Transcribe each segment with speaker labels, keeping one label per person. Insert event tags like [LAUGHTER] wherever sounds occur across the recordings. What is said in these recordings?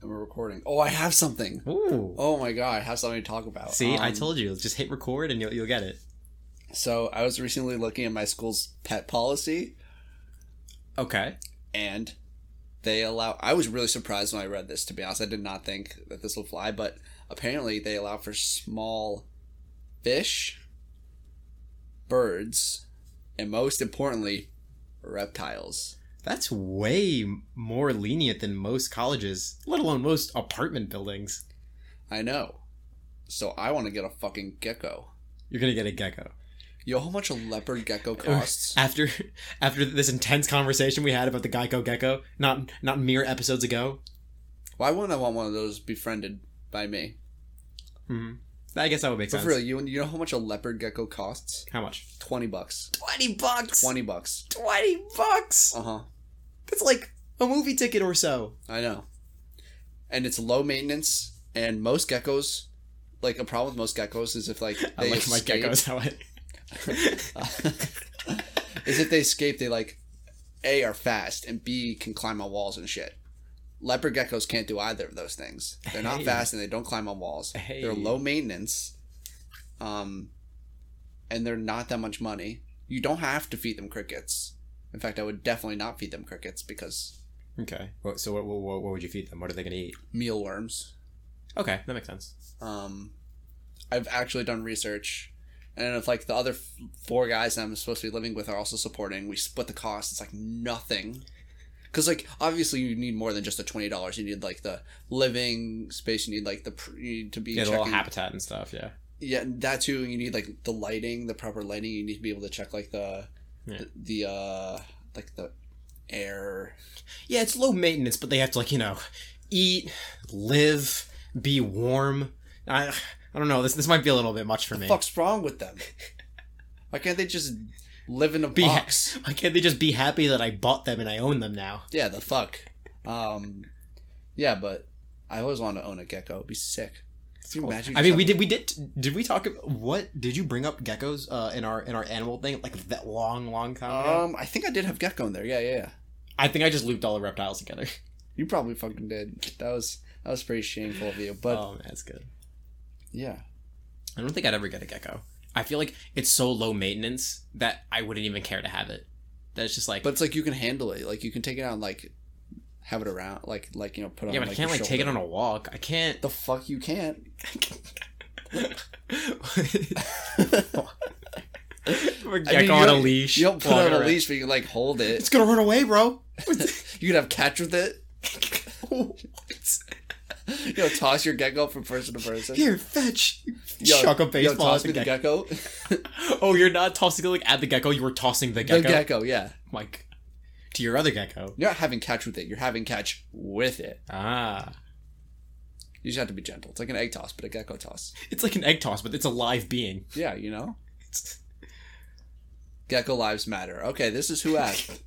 Speaker 1: and we're recording. Oh, I have something.
Speaker 2: Ooh.
Speaker 1: Oh my god, I have something to talk about.
Speaker 2: See, I
Speaker 1: Um,
Speaker 2: told you. Just hit record and you'll, you'll get it.
Speaker 1: So I was recently looking at my school's pet policy,
Speaker 2: Okay.
Speaker 1: and they allow. I was really surprised when I read this. To be honest, I did not think that this will fly, but apparently they allow for small fish, birds, and most importantly, reptiles.
Speaker 2: That's way m- more lenient than most colleges, let alone most apartment buildings.
Speaker 1: I know. So I want to get a fucking gecko.
Speaker 2: You're gonna get a gecko.
Speaker 1: Yo, how much a leopard
Speaker 2: [LAUGHS]
Speaker 1: gecko costs?
Speaker 2: After after this intense conversation we had about the Geico gecko, not not mere episodes ago.
Speaker 1: Why wouldn't I want one of those befriended by me?
Speaker 2: hmm I guess that would make
Speaker 1: But
Speaker 2: sense.
Speaker 1: for real, you you know how much a leopard gecko costs?
Speaker 2: How much?
Speaker 1: Twenty bucks.
Speaker 2: Twenty bucks.
Speaker 1: Twenty bucks.
Speaker 2: Twenty bucks.
Speaker 1: Uh huh.
Speaker 2: That's like a movie ticket or so.
Speaker 1: I know. And it's low maintenance, and most geckos, like a problem with most geckos is if like
Speaker 2: [LAUGHS] I
Speaker 1: they
Speaker 2: like my
Speaker 1: escape,
Speaker 2: geckos how I.
Speaker 1: [LAUGHS] is if they escape, they like a are fast and b can climb on walls and shit. Leopard geckos can't do either of those things. They're not
Speaker 2: Hey.
Speaker 1: fast and they don't climb on walls.
Speaker 2: Hey.
Speaker 1: They're low maintenance, um, and they're not that much money. You don't have to feed them crickets. In fact, I would definitely not feed them crickets because
Speaker 2: [LAUGHS] Okay. Well, so what, what, what would you feed them? What are they gonna eat?
Speaker 1: mealworms.
Speaker 2: Okay, that makes sense.
Speaker 1: Um, I've actually done research, and if like the other f- four guys that I'm supposed to be living with are also supporting, we split the cost. It's like nothing, because like obviously you need more than just the twenty dollars. You need like the living space. You need like the pr- you need to be
Speaker 2: Yeah, the
Speaker 1: checking.
Speaker 2: little habitat and stuff. Yeah.
Speaker 1: yeah, that too. You need like the lighting, the proper lighting. You need to be able to check like the
Speaker 2: Yeah.
Speaker 1: the, the uh like the air.
Speaker 2: Yeah, it's low maintenance, but they have to like you know, eat, live, be warm. I I don't know. This this might be a little bit much for me.
Speaker 1: Fuck's wrong with
Speaker 2: [LAUGHS]
Speaker 1: them? Why can't they just live in a
Speaker 2: Be ha-
Speaker 1: box?
Speaker 2: Why can't they just be happy that I bought them and I own them now?
Speaker 1: Yeah, the fuck. Um, yeah, but I always want to own a gecko. It'd be sick. Can you imagine
Speaker 2: I mean, we
Speaker 1: yourself-
Speaker 2: did we did did we talk about what did you bring up geckos uh, in our in our animal thing like that long long time ago?
Speaker 1: Um, I think I did have gecko in there. Yeah, yeah, yeah.
Speaker 2: I think I just looped all the reptiles together.
Speaker 1: You probably fucking did. That was that was pretty shameful of you. But
Speaker 2: oh, man, that's good.
Speaker 1: yeah,
Speaker 2: I don't think I'd ever get a gecko. I feel like it's so low maintenance that I wouldn't even care to have it. That's just like,
Speaker 1: but it's like you can handle it. Like you can take it out and like have it around. Like like you know put it
Speaker 2: yeah,
Speaker 1: on.
Speaker 2: but I can't like take it on a walk.
Speaker 1: [LAUGHS]
Speaker 2: I can't. [LAUGHS]
Speaker 1: The fuck you can't.
Speaker 2: Oh, We're
Speaker 1: I mean,
Speaker 2: gecko
Speaker 1: you
Speaker 2: on a
Speaker 1: don't-
Speaker 2: leash.
Speaker 1: [LAUGHS] You don't put it
Speaker 2: walking
Speaker 1: on a
Speaker 2: around.
Speaker 1: leash, but you can, like hold it.
Speaker 2: It's gonna run away, bro.
Speaker 1: You can have catch with it. You know, toss your gecko from person to
Speaker 2: [LAUGHS]
Speaker 1: person.
Speaker 2: Here, fetch.
Speaker 1: Yo,
Speaker 2: Chuck a
Speaker 1: yo,
Speaker 2: baseball
Speaker 1: toss
Speaker 2: at
Speaker 1: me
Speaker 2: the
Speaker 1: the
Speaker 2: gecko.
Speaker 1: gecko.
Speaker 2: [LAUGHS] Oh, you're not tossing it like at the gecko. You were tossing the
Speaker 1: The
Speaker 2: gecko,
Speaker 1: gecko, yeah.
Speaker 2: like to your other gecko.
Speaker 1: You're not having catch with it. You're having catch with it.
Speaker 2: Ah,
Speaker 1: You just have to be gentle. It's like an egg toss, but a gecko toss.
Speaker 2: it's like an egg toss, but it's a live being.
Speaker 1: Yeah, you know? Gecko lives matter. Okay, this is who asked.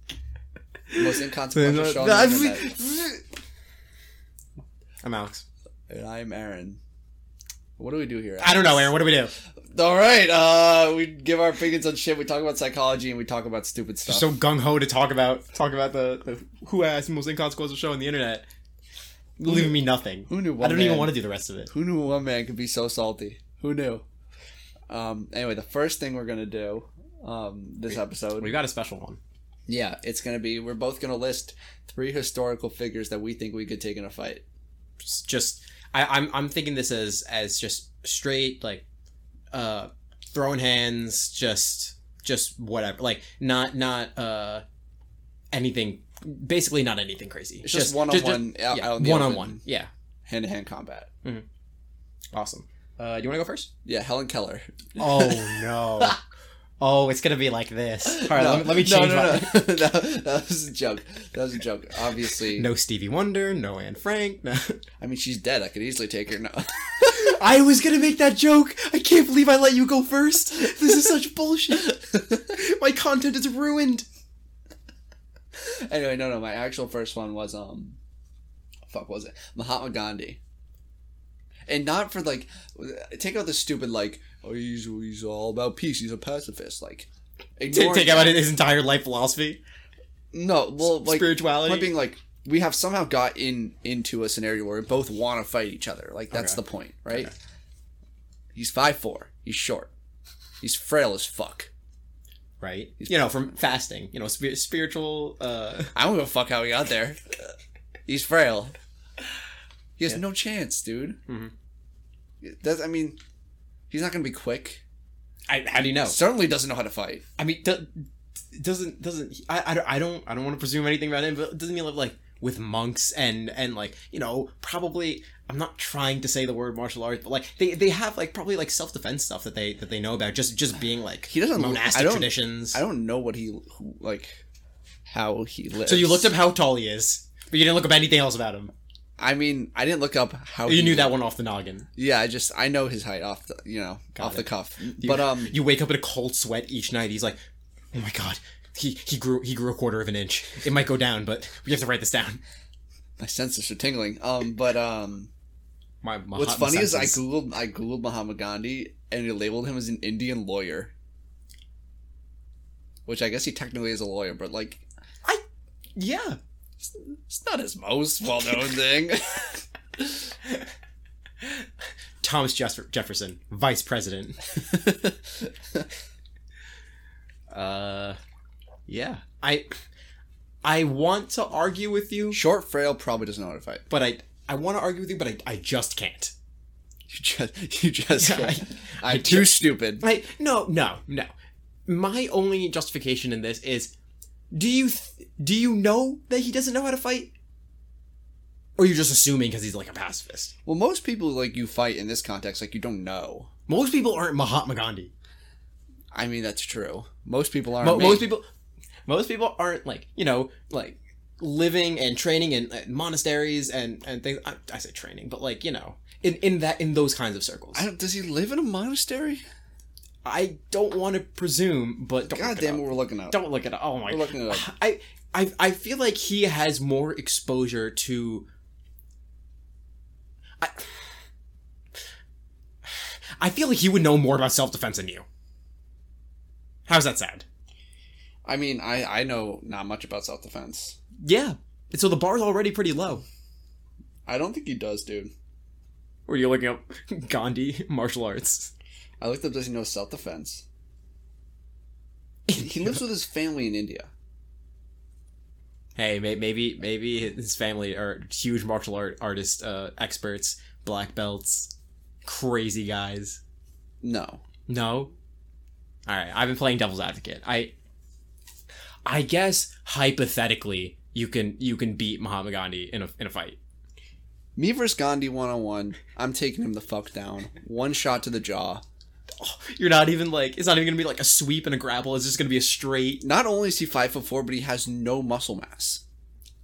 Speaker 1: Most
Speaker 2: [LAUGHS]
Speaker 1: inconsequential show on the internet.
Speaker 2: I'm Alex.
Speaker 1: And I'm Aaron. What do we do here?
Speaker 2: I don't know, Aaron. What do we do?
Speaker 1: All right, uh, we give our opinions on shit. We talk about psychology and we talk about stupid stuff.
Speaker 2: Just so gung ho to talk about talk about the, the who asked most inconsequential show on the internet, leaving me nothing.
Speaker 1: who knew?
Speaker 2: I don't even
Speaker 1: man-
Speaker 2: want to do the rest of it.
Speaker 1: Who knew one man could be so salty? Who knew? Um, anyway, the first thing we're gonna do, um, this episode,
Speaker 2: We got a special one.
Speaker 1: Yeah, it's gonna be. We're both gonna list three historical figures that we think we could take in a fight.
Speaker 2: Just, just I, I'm I'm thinking this as as just straight like, uh, throwing hands, just just whatever. Like not not uh, anything. Basically, not anything crazy.
Speaker 1: It's just one on one,
Speaker 2: Yeah, one on one. Yeah,
Speaker 1: hand to hand combat.
Speaker 2: awesome. Uh, do you want to go first?
Speaker 1: Yeah, Helen Keller.
Speaker 2: Oh [LAUGHS] no. Oh, it's gonna be like this.
Speaker 1: [LAUGHS]
Speaker 2: All right,
Speaker 1: No,
Speaker 2: let, me, let me change
Speaker 1: No,
Speaker 2: my.
Speaker 1: no, [LAUGHS] no. that, that was a joke. That was a joke. Obviously,
Speaker 2: [LAUGHS] No Stevie Wonder, no Anne Frank. No.
Speaker 1: I mean she's dead. I could easily take her. No, [LAUGHS]
Speaker 2: I was gonna make that joke. I can't believe I let you go first. This is such [LAUGHS] bullshit. My content is ruined.
Speaker 1: anyway, no, no. My actual first one was um, fuck, what was it Mahatma Gandhi? And not for like, take out the stupid like, oh, he's he's all about peace. He's a pacifist. Like,
Speaker 2: Take,
Speaker 1: ignoring
Speaker 2: take out his entire life philosophy,
Speaker 1: No, well, like
Speaker 2: spirituality.
Speaker 1: But being like we have somehow got in into a scenario where we both want to fight each other. Like that's
Speaker 2: Okay.
Speaker 1: the point, right?
Speaker 2: Okay.
Speaker 1: He's five four. He's short. He's frail as fuck.
Speaker 2: right? You know, from fasting, you know, spir- spiritual. Uh,
Speaker 1: I don't give a fuck how he got there. He's frail. He has no chance, dude.
Speaker 2: Mhm.
Speaker 1: That's, I mean, he's not gonna be quick.
Speaker 2: I, how do you know?
Speaker 1: Certainly doesn't know how to fight.
Speaker 2: I mean, do, doesn't doesn't I, I, don't- I don't I don't want to presume anything about him, but doesn't he live like with monks and and like you know probably I'm not trying to say the word martial arts, but like they they have like probably like self defense stuff that they that they know about just just being like
Speaker 1: He doesn't- I
Speaker 2: monastic
Speaker 1: don't-
Speaker 2: traditions.
Speaker 1: I don't know what he who, like, how he lives.
Speaker 2: so you looked up how tall he is, but you didn't look up anything else about him.
Speaker 1: I mean, I didn't look up how
Speaker 2: You
Speaker 1: he
Speaker 2: knew that one off the noggin.
Speaker 1: Yeah, I just I know his height off the you know
Speaker 2: Got
Speaker 1: off
Speaker 2: it.
Speaker 1: the cuff. But um,
Speaker 2: You wake up in a cold sweat each night. He's like, oh my god. He, he grew he grew a quarter of an inch. It might go down, but we have to write this down.
Speaker 1: my senses are tingling. Um, but um,
Speaker 2: My, my
Speaker 1: what's
Speaker 2: hot- my
Speaker 1: funny is I
Speaker 2: senses.
Speaker 1: googled I googled Mahatma Gandhi and it labeled him as an Indian lawyer, which I guess he technically is a lawyer, but like
Speaker 2: yeah
Speaker 1: it's not his most well
Speaker 2: [LAUGHS]
Speaker 1: known thing.
Speaker 2: Thomas Jeff- Jefferson, vice president.
Speaker 1: [LAUGHS]
Speaker 2: uh, yeah. I I want to argue with you,
Speaker 1: Short, frail, probably doesn't know how to fight. [LAUGHS]
Speaker 2: but I I want to argue with you, but I, I just can't.
Speaker 1: You just you just
Speaker 2: Yeah,
Speaker 1: [LAUGHS]
Speaker 2: I-
Speaker 1: I,
Speaker 2: I
Speaker 1: am too stupid.
Speaker 2: Like no no no. My only justification in this is, do you th- do you know that he doesn't know how to fight? Or you're just assuming because he's like a pacifist.
Speaker 1: Well, most people like you fight in this context like you don't know.
Speaker 2: Most people aren't Mahatma Gandhi.
Speaker 1: I mean that's true. Most people aren't.
Speaker 2: Mo-
Speaker 1: me.
Speaker 2: most people most people aren't like you know like living and training in uh, monasteries and and things I, I say training but like you know in in that in those kinds of circles
Speaker 1: I
Speaker 2: i,
Speaker 1: don't, does he live in a monastery?
Speaker 2: don't want to presume but don't
Speaker 1: God
Speaker 2: look it
Speaker 1: damn,
Speaker 2: up.
Speaker 1: what we're looking at.
Speaker 2: don't look at oh my
Speaker 1: We're looking it up.
Speaker 2: [SIGHS] I, I i feel like he has more exposure to i [SIGHS] i feel like he would know more about self-defense than you how's that sound
Speaker 1: I mean, I I know not much about self defense.
Speaker 2: yeah so the bar's already pretty low
Speaker 1: I don't think he does, dude.
Speaker 2: Where you're looking up [LAUGHS] Gandhi martial arts.
Speaker 1: I looked up does he know self defense. He lives with his family in India.
Speaker 2: Hey, may- maybe maybe his family are huge martial art artist uh, experts, black belts, crazy guys.
Speaker 1: No,
Speaker 2: No. All right, I've been playing devil's advocate. I I guess hypothetically you can you can beat Muhammad Gandhi in a in a fight.
Speaker 1: me versus Gandhi one on one. I'm taking him the fuck down. One shot to the jaw.
Speaker 2: You're not even like it's not even going to be like a sweep and a grapple. It's just going to be a straight.
Speaker 1: Not only is he five foot four, but he has no muscle mass.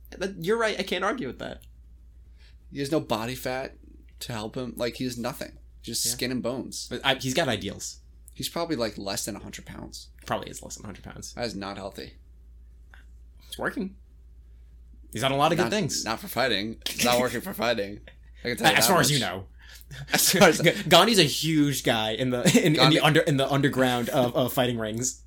Speaker 2: That- You're right. I can't argue with that.
Speaker 1: He has no body fat to help him. Like he has nothing. Just
Speaker 2: Yeah.
Speaker 1: skin and bones.
Speaker 2: But I, he's got ideals.
Speaker 1: He's probably like less than hundred pounds.
Speaker 2: Probably is less than 100 pounds.
Speaker 1: That is not healthy.
Speaker 2: It's working. He's done a lot of
Speaker 1: not,
Speaker 2: good things.
Speaker 1: Not for fighting. It's not working for fighting. I can tell
Speaker 2: [LAUGHS]
Speaker 1: that
Speaker 2: as far as
Speaker 1: much.
Speaker 2: you know,
Speaker 1: [LAUGHS] As far
Speaker 2: [LAUGHS]
Speaker 1: as
Speaker 2: Gandhi's a huge guy in the in, in
Speaker 1: Gandhi-
Speaker 2: the under in the underground of, of fighting rings.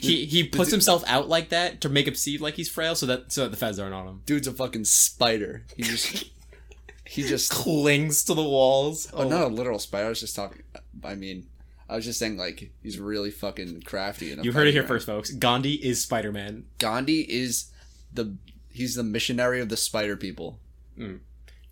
Speaker 2: He he puts himself out like that to make him seem like he's frail, so that so that the feds aren't on him.
Speaker 1: dude's a fucking spider. He just he
Speaker 2: [LAUGHS]
Speaker 1: just
Speaker 2: Clings to the walls.
Speaker 1: oh, not a literal spider. I was just talking. I mean, I was just saying like he's really fucking crafty. And
Speaker 2: you heard it here first, folks. Gandhi is Spider Man.
Speaker 1: Gandhi is the he's the missionary of the spider people.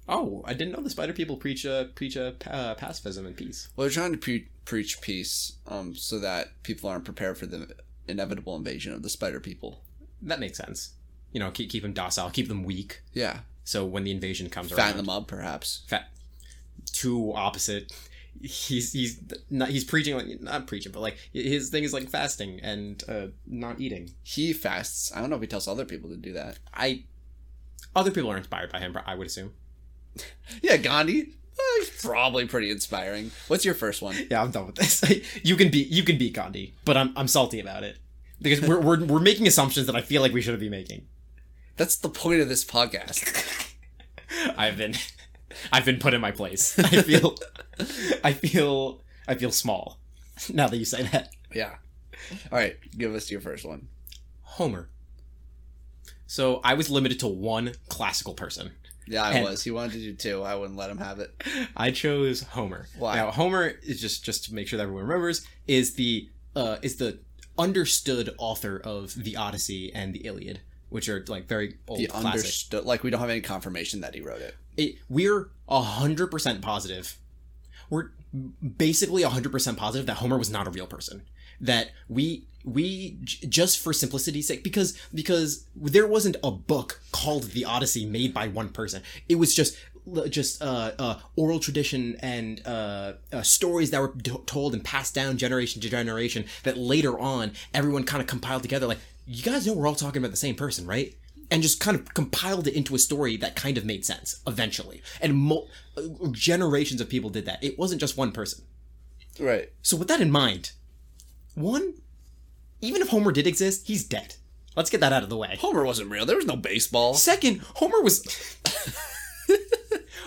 Speaker 2: Oh, I didn't know the Spider People preach uh, preach uh, pa- uh, pacifism and peace.
Speaker 1: Well, they're trying to pre- preach peace, um, so that people aren't prepared for the inevitable invasion of the spider people.
Speaker 2: That makes sense. You know, keep keep them docile, keep them weak,
Speaker 1: Yeah,
Speaker 2: so when the invasion comes
Speaker 1: fatten
Speaker 2: around,
Speaker 1: them up, perhaps.
Speaker 2: fat two opposite he's he's not he's preaching like not preaching but like his thing is like fasting and uh not eating
Speaker 1: He fasts. I don't know if he tells other people to do that.
Speaker 2: i other people are inspired by him i would assume
Speaker 1: Yeah, Gandhi. eh, Probably pretty inspiring. What's your first one?
Speaker 2: yeah i'm done with this [LAUGHS] you can beat you can beat gandhi but i'm i'm salty about it because we're, we're we're making assumptions that i feel like we shouldn't be making
Speaker 1: That's the point of this podcast. [LAUGHS]
Speaker 2: i've been [LAUGHS] i've been put in my place i feel [LAUGHS] i feel i feel small now that you say that
Speaker 1: Yeah. All right, give us your first one.
Speaker 2: Homer. So I was limited to one classical person.
Speaker 1: Yeah, I
Speaker 2: And-
Speaker 1: was. He wanted to do two. I wouldn't let him have it.
Speaker 2: I chose Homer.
Speaker 1: Why?
Speaker 2: Now Homer is just just to make sure that everyone remembers is the uh, is the understood author of the Odyssey and the Iliad, which are like very old
Speaker 1: The
Speaker 2: classics.
Speaker 1: understood. Like we don't have any confirmation that he wrote it.
Speaker 2: it, we're 100% positive we're basically 100% positive that homer was not a real person that we we j- just for simplicity's sake because because there wasn't a book called the odyssey made by one person it was just just uh, uh, oral tradition and uh, uh, stories that were t- told and passed down generation to generation that later on everyone kind of compiled together like you guys know we're all talking about the same person right and just kind of compiled it into a story that kind of made sense eventually. And mo- uh, generations of people did that. It wasn't just one person.
Speaker 1: Right.
Speaker 2: So with that in mind, one, even if Homer did exist, he's dead. Let's get that out of the way.
Speaker 1: Homer wasn't real. There was no baseball.
Speaker 2: Second, Homer was. [LAUGHS]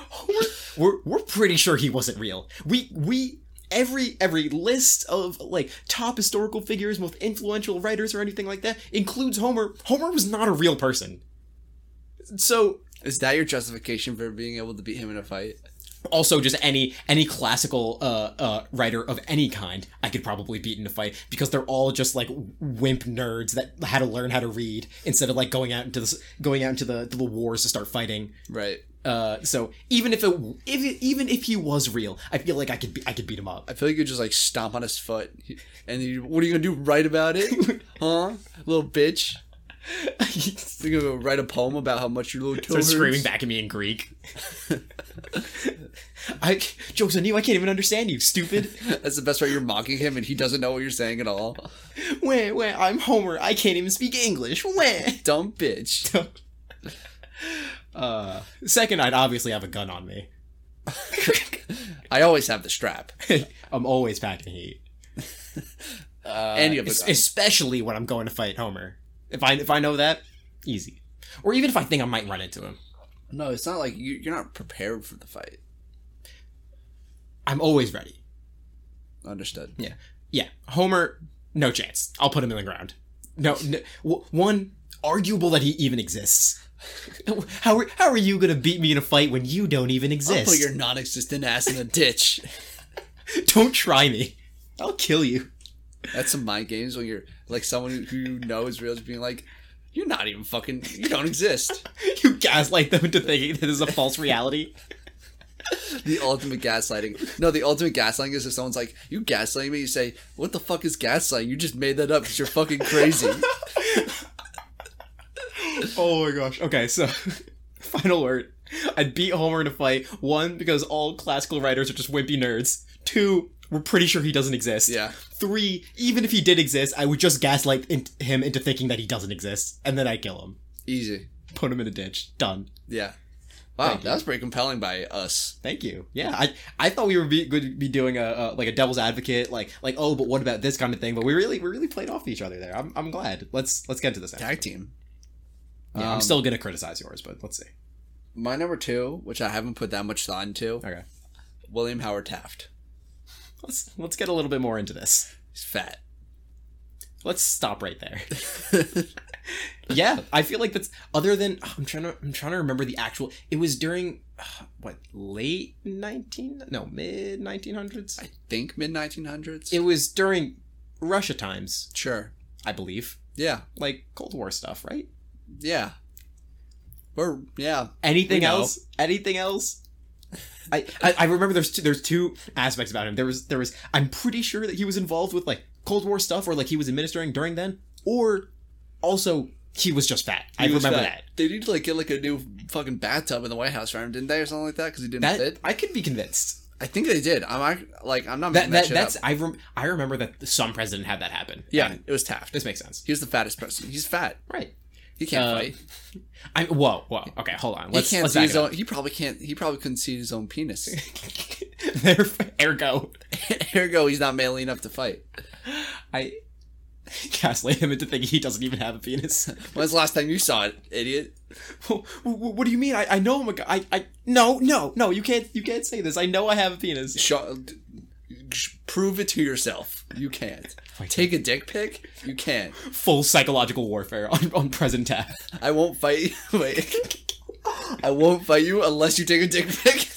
Speaker 2: Homer, we're we're pretty sure he wasn't real. We we every every list of like top historical figures, most influential writers, or anything like that includes Homer. Homer was not a real person. So
Speaker 1: Is that your justification for being able to beat him in a fight?
Speaker 2: also just any any classical uh, uh, writer of any kind i could probably beat in a fight because they're all just like wimp nerds that had to learn how to read instead of like going out into the s- going out into the, the wars to start fighting
Speaker 1: Right.
Speaker 2: uh, so even if it if, even if he was real i feel like i could be, i could beat him up [LAUGHS]
Speaker 1: I feel like you just like stomp on his foot, and you, what are you gonna do? Write about
Speaker 2: [LAUGHS]
Speaker 1: it, huh? Little bitch. You gonna go write a poem about how much your little toe
Speaker 2: They're
Speaker 1: hurts?
Speaker 2: screaming back at me in Greek. [LAUGHS] I jokes on you. I can't even understand you, stupid.
Speaker 1: [LAUGHS]
Speaker 2: [LAUGHS]
Speaker 1: That's the best way. You're mocking him, and he doesn't know what you're saying at all.
Speaker 2: Wah, wah, I'm Homer. I can't even speak English. Wah.
Speaker 1: Dumb
Speaker 2: [LAUGHS]
Speaker 1: bitch. [LAUGHS]
Speaker 2: Uh, second, I'd obviously have a gun on me.
Speaker 1: I always have the strap,
Speaker 2: I'm always packing heat, Uh,
Speaker 1: and you have a
Speaker 2: Es-
Speaker 1: gun.
Speaker 2: especially when I'm going to fight Homer. If I if I know that, easy. Or even if I think I might run into him,
Speaker 1: No, it's not like you, you're not prepared for the fight.
Speaker 2: I'm always ready.
Speaker 1: Understood.
Speaker 2: Yeah, yeah. Homer, no chance. I'll put him in the ground. No, no w- one arguable that he even exists. [LAUGHS] How are, how are you gonna beat me in a fight when you don't even
Speaker 1: I'll put
Speaker 2: exist?
Speaker 1: your non-existent ass in a ditch.
Speaker 2: Don't try me. I'll kill you. [LAUGHS]
Speaker 1: That's some mind games when you're like someone who you know is real, just being like, "You're not even fucking. You don't exist."
Speaker 2: You gaslight them into thinking that this is a false reality.
Speaker 1: The ultimate gaslighting. No, the ultimate gaslighting is if someone's like, "You gaslighting me," you say, "What the fuck is gaslighting? You just made that up because you're fucking
Speaker 2: [LAUGHS]
Speaker 1: crazy."
Speaker 2: Oh my gosh. Okay, so [LAUGHS] final word. I'd beat Homer in a fight. One, because all classical writers are just wimpy nerds. Two, we're pretty sure he doesn't exist.
Speaker 1: Yeah.
Speaker 2: Three, even if he did exist, I would just gaslight in- him into thinking that he doesn't exist, and then I kill him,
Speaker 1: Easy.
Speaker 2: put him in a ditch. Done.
Speaker 1: Yeah. Wow,
Speaker 2: Thank you.
Speaker 1: that was pretty compelling by us.
Speaker 2: Thank you. Yeah, I I thought we were be, going to be doing a, a like a devil's advocate, like like oh, but what about this kind of thing? But we really we really played off each other there. I'm, I'm glad. Let's let's get to this. Now.
Speaker 1: Tag team.
Speaker 2: Yeah,
Speaker 1: Um,
Speaker 2: I'm still gonna criticize yours, but let's see.
Speaker 1: my number two, which I haven't put that much thought into.
Speaker 2: Okay.
Speaker 1: William Howard Taft.
Speaker 2: Let's let's get a little bit more into this.
Speaker 1: He's fat. [LAUGHS]
Speaker 2: Let's stop right there. yeah, I feel like that's other than I'm trying to I'm trying to remember the actual. It was during [SIGHS] uh, what late nineteen no mid nineteen hundreds.
Speaker 1: I think mid 1900s.
Speaker 2: It was during Russia times,
Speaker 1: Sure.
Speaker 2: I believe,
Speaker 1: Yeah.
Speaker 2: like Cold War stuff, right?
Speaker 1: Yeah. We're yeah.
Speaker 2: Anything
Speaker 1: We know.
Speaker 2: else? Anything else? I, I I remember there's two, there's two aspects about him. There was there was I'm pretty sure that he was involved with like Cold War stuff or like he was administering during then, or also he was just fat. I
Speaker 1: He was
Speaker 2: remember
Speaker 1: fat.
Speaker 2: that.
Speaker 1: They need to like get like a new fucking bathtub in the White House for him, didn't they, or something like that? Because he didn't
Speaker 2: That
Speaker 1: fit.
Speaker 2: I could be convinced.
Speaker 1: I think they did. I'm act- like I'm not
Speaker 2: That,
Speaker 1: making that,
Speaker 2: that,
Speaker 1: shit
Speaker 2: that's
Speaker 1: up.
Speaker 2: I rem- I remember that some president had that happen.
Speaker 1: Yeah,
Speaker 2: And
Speaker 1: it was Taft.
Speaker 2: this makes sense.
Speaker 1: He was the fattest person. He's fat.
Speaker 2: Right.
Speaker 1: He can't
Speaker 2: Uh,
Speaker 1: fight.
Speaker 2: I whoa whoa okay hold on. Let's,
Speaker 1: he can't
Speaker 2: let's
Speaker 1: see
Speaker 2: back
Speaker 1: his
Speaker 2: it up.
Speaker 1: own. He probably can't. He probably couldn't see his own penis. [LAUGHS]
Speaker 2: [LAUGHS] There- Ergo,
Speaker 1: Ergo, he's not manly enough to fight.
Speaker 2: I gaslight him into thinking he doesn't even have a penis. [LAUGHS]
Speaker 1: When's the last time you saw it, idiot?
Speaker 2: what, what do you mean? I, I know I'm a guy. I, I no no no. You can't you can't say this. I know I have a penis.
Speaker 1: Show, sh- prove it to yourself. You can't. Take a dick pic? You can't.
Speaker 2: Full psychological warfare on, on present tap.
Speaker 1: I won't fight you. [LAUGHS] Wait. I won't fight you unless you take a dick pic.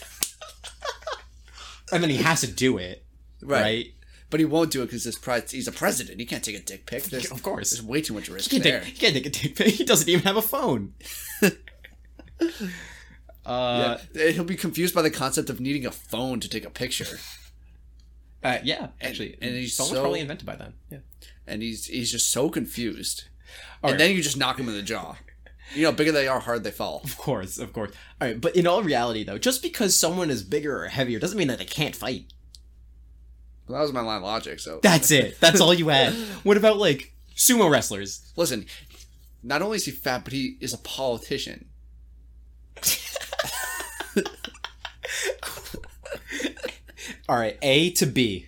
Speaker 2: And then he has to do it, right?
Speaker 1: Right. But he won't do it because he's a president. He can't take a dick pic.
Speaker 2: [LAUGHS]
Speaker 1: There's,
Speaker 2: Of course.
Speaker 1: There's way too much risk
Speaker 2: He can't,
Speaker 1: there.
Speaker 2: take, he can't take a dick pic. [LAUGHS] He doesn't even have
Speaker 1: [LAUGHS]
Speaker 2: a phone. uh,
Speaker 1: Yeah. He'll be confused by the concept of needing a phone to take a picture.
Speaker 2: uh, yeah, actually,
Speaker 1: and he's
Speaker 2: someone's
Speaker 1: so-
Speaker 2: probably invented by then. Yeah.
Speaker 1: and he's he's just so confused.
Speaker 2: All
Speaker 1: and
Speaker 2: right.
Speaker 1: then you just knock him in the jaw. You know, bigger they are, hard they fall.
Speaker 2: Of course, of course. All right, but in all reality, though, just because someone is bigger or heavier doesn't mean that they can't fight.
Speaker 1: Well, that was my line of logic.
Speaker 2: [LAUGHS]
Speaker 1: So
Speaker 2: That's it. That's all you [LAUGHS] had. What about like sumo wrestlers?
Speaker 1: listen, not only is he fat, but he is a politician.
Speaker 2: All right, A to B.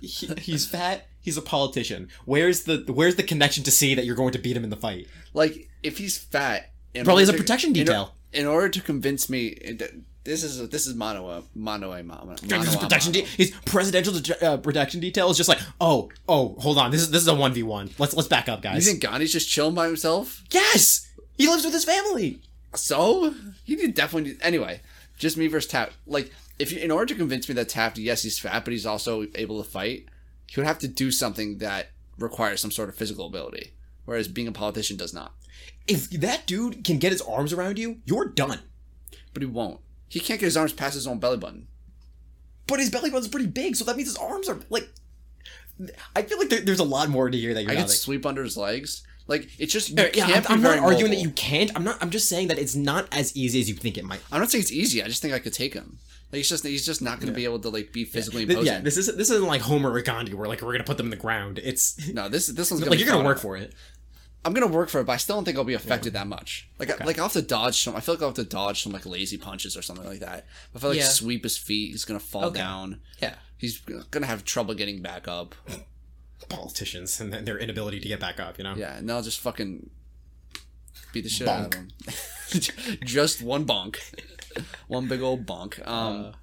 Speaker 2: He- he's fat. He's a politician. Where's the Where's the connection to C that you're going to beat him in the fight?
Speaker 1: Like if he's fat, in
Speaker 2: Probably has a
Speaker 1: order to-
Speaker 2: protection
Speaker 1: in or-
Speaker 2: detail.
Speaker 1: In, order to convince me, that- this is this is uh, mono mono mono. mono,
Speaker 2: His
Speaker 1: mono,
Speaker 2: protection, de- his presidential de- uh, protection detail is just like, oh, oh, hold on, this is this is a one v one. Let's let's back up,
Speaker 1: You
Speaker 2: guys.
Speaker 1: think Gandhi's just chilling by himself?
Speaker 2: yes, he lives with his family.
Speaker 1: So he did definitely. Need, anyway, just me versus Taft. Like if you, in order to convince me that Taft, yes, he's fat, but he's also able to fight, he would have to do something that requires some sort of physical ability. Whereas being a politician does not.
Speaker 2: If that dude can get his arms around you, you're done.
Speaker 1: But he won't. He can't get his arms past his own belly button.
Speaker 2: But his belly button's pretty big, so that means his arms are like. I feel like there, there's a lot more to hear that you're
Speaker 1: I
Speaker 2: not.
Speaker 1: could
Speaker 2: like-
Speaker 1: sweep under his legs. Like it's just you
Speaker 2: Yeah,
Speaker 1: can't
Speaker 2: I'm,
Speaker 1: be
Speaker 2: I'm not
Speaker 1: very
Speaker 2: arguing that
Speaker 1: mobile.
Speaker 2: you can't. I'm not. I'm just saying that it's not as easy as you think it might.
Speaker 1: I'm not saying it's easy. I just think I could take him. Like he's just he's just not going to be able to like be physically
Speaker 2: Th-
Speaker 1: imposing.
Speaker 2: [LAUGHS] yeah, this isn't this isn't like Homer or Gandhi where like we're gonna put them in the ground. It's [LAUGHS]
Speaker 1: no, this this one's gonna
Speaker 2: like
Speaker 1: be
Speaker 2: you're gonna
Speaker 1: fun.
Speaker 2: work for it.
Speaker 1: I'm gonna work for it, but I still don't think I'll be affected that much. Like, I, like I'll have to dodge some. I feel like I'll have to dodge some like lazy punches or something like that. I feel like
Speaker 2: Yeah.
Speaker 1: sweep his feet. He's gonna fall
Speaker 2: Okay.
Speaker 1: down.
Speaker 2: Yeah,
Speaker 1: He's gonna have trouble getting back up.
Speaker 2: politicians and then their inability to get back up. You know.
Speaker 1: Yeah, and I'll just fucking beat the shit out of
Speaker 2: Bonk.
Speaker 1: him. [LAUGHS] Just one bonk, one big old bonk. Um,
Speaker 2: All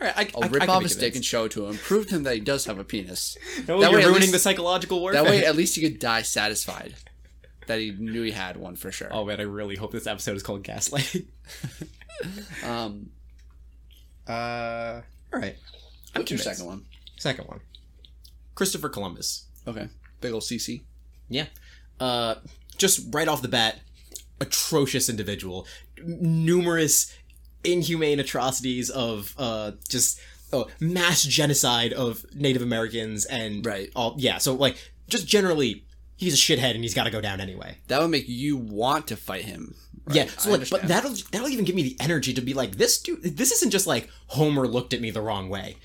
Speaker 2: right, I,
Speaker 1: I'll
Speaker 2: Uh, I-
Speaker 1: rip
Speaker 2: I can
Speaker 1: off
Speaker 2: be
Speaker 1: his dick and
Speaker 2: convinced.
Speaker 1: show it to him. Prove to him that he does have a penis.
Speaker 2: [LAUGHS] No,
Speaker 1: that
Speaker 2: you're
Speaker 1: way at
Speaker 2: ruining
Speaker 1: least-
Speaker 2: the psychological warfare.
Speaker 1: That way, at least he could die satisfied that he knew he had one for sure.
Speaker 2: [LAUGHS] oh man, I really hope this episode is called gaslighting.
Speaker 1: Um,
Speaker 2: Uh, all right.
Speaker 1: what's your
Speaker 2: convinced.
Speaker 1: second one?
Speaker 2: Second one, Christopher Columbus.
Speaker 1: Okay, big old CC.
Speaker 2: Yeah. Uh, just right off the bat, atrocious individual. N- Numerous inhumane atrocities of uh, just oh, mass genocide of Native Americans and
Speaker 1: Right.
Speaker 2: all. Yeah. So like, just generally, he's a shithead and he's got to go down anyway.
Speaker 1: That would make you want to fight him. right?
Speaker 2: Yeah. So
Speaker 1: I
Speaker 2: like, but
Speaker 1: understand.
Speaker 2: that'll that'll even give me the energy to be like, this dude. This isn't just like Homer looked at me the wrong way.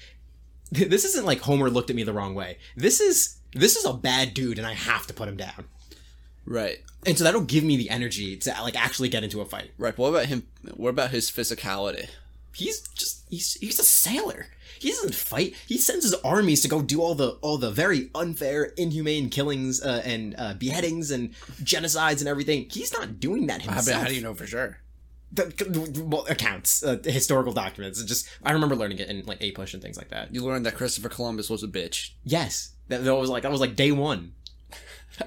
Speaker 2: This isn't like Homer looked at me the wrong way. This is this is a bad dude, and I have to put him down.
Speaker 1: right,
Speaker 2: and so that'll give me the energy to like actually get into a fight.
Speaker 1: right. But what about him? What about his physicality?
Speaker 2: He's just he's he's a sailor. He doesn't fight. He sends his armies to go do all the all the very unfair, inhumane killings uh, and uh, beheadings and genocides and everything. He's not doing that himself.
Speaker 1: know for sure?
Speaker 2: The- well, accounts, uh, historical documents. It Just I remember learning it in like A push and things like that.
Speaker 1: You learned that Christopher Columbus was a bitch.
Speaker 2: Yes, that, that was like that was like day one. [LAUGHS]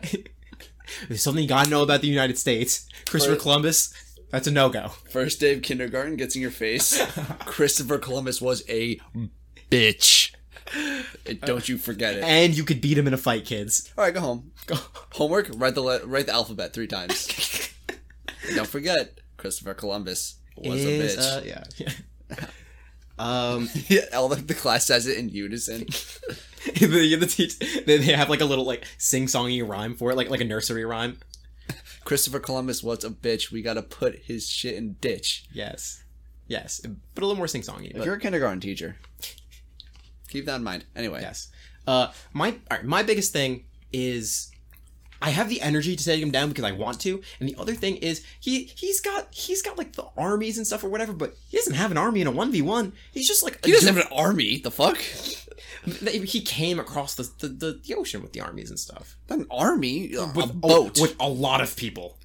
Speaker 2: There's something you gotta know about the United States. Christopher
Speaker 1: Right.
Speaker 2: Columbus. That's a no go.
Speaker 1: First day of kindergarten gets in your [LAUGHS] face. Christopher Columbus was a bitch. And don't you forget it.
Speaker 2: And you could beat him in a fight, kids.
Speaker 1: All right, go home. Homework: write the le- write the alphabet three [LAUGHS] times. And don't forget, Christopher Columbus was
Speaker 2: is,
Speaker 1: a bitch.
Speaker 2: uh, yeah. [LAUGHS] um, [LAUGHS]
Speaker 1: yeah, [LAUGHS] all the, the class says it in unison.
Speaker 2: the, the teach, they, they have like a little like sing-songy rhyme for it, like like a nursery rhyme.
Speaker 1: Christopher Columbus was a bitch. We gotta put his shit in ditch.
Speaker 2: Yes, yes, but a little more sing-songy.
Speaker 1: If
Speaker 2: But
Speaker 1: you're a kindergarten teacher, keep that in mind. Anyway,
Speaker 2: yes, uh, my all right, my biggest thing is I have the energy to take him down because I want to, and the other thing is he he's got he's got like the armies and stuff or whatever, but he doesn't have an army in a one v one. He's just like a
Speaker 1: he doesn't have an army. The fuck?
Speaker 2: dude- he came across the, the the the ocean with the armies and stuff.
Speaker 1: Not an army. uh,
Speaker 2: with
Speaker 1: a boat.
Speaker 2: with a lot of people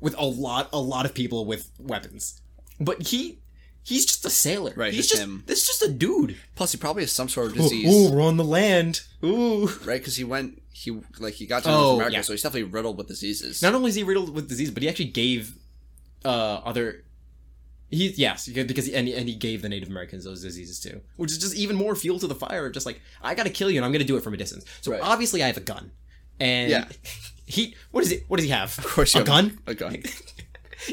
Speaker 2: with a lot a lot of people with weapons but he He's just a sailor.
Speaker 1: Right,
Speaker 2: He's
Speaker 1: just
Speaker 2: just
Speaker 1: him.
Speaker 2: this is just a dude.
Speaker 1: Plus, he probably has some sort of disease,
Speaker 2: Ooh, we're on the land. Ooh.
Speaker 1: right? Because he went, he like he got to
Speaker 2: Oh,
Speaker 1: North America,
Speaker 2: yeah.
Speaker 1: so he's definitely riddled with diseases.
Speaker 2: Not only is he riddled with disease, but he actually gave uh other he yes because because- and, and he gave the Native Americans those diseases too, which is just even more fuel to the fire of just like I gotta kill you and I'm gonna do it from a distance. So
Speaker 1: Right.
Speaker 2: obviously I have a gun, and
Speaker 1: Yeah.
Speaker 2: [LAUGHS] he what is it? What does he have? Of
Speaker 1: course you
Speaker 2: a
Speaker 1: have a- [LAUGHS]
Speaker 2: gun.
Speaker 1: a gun.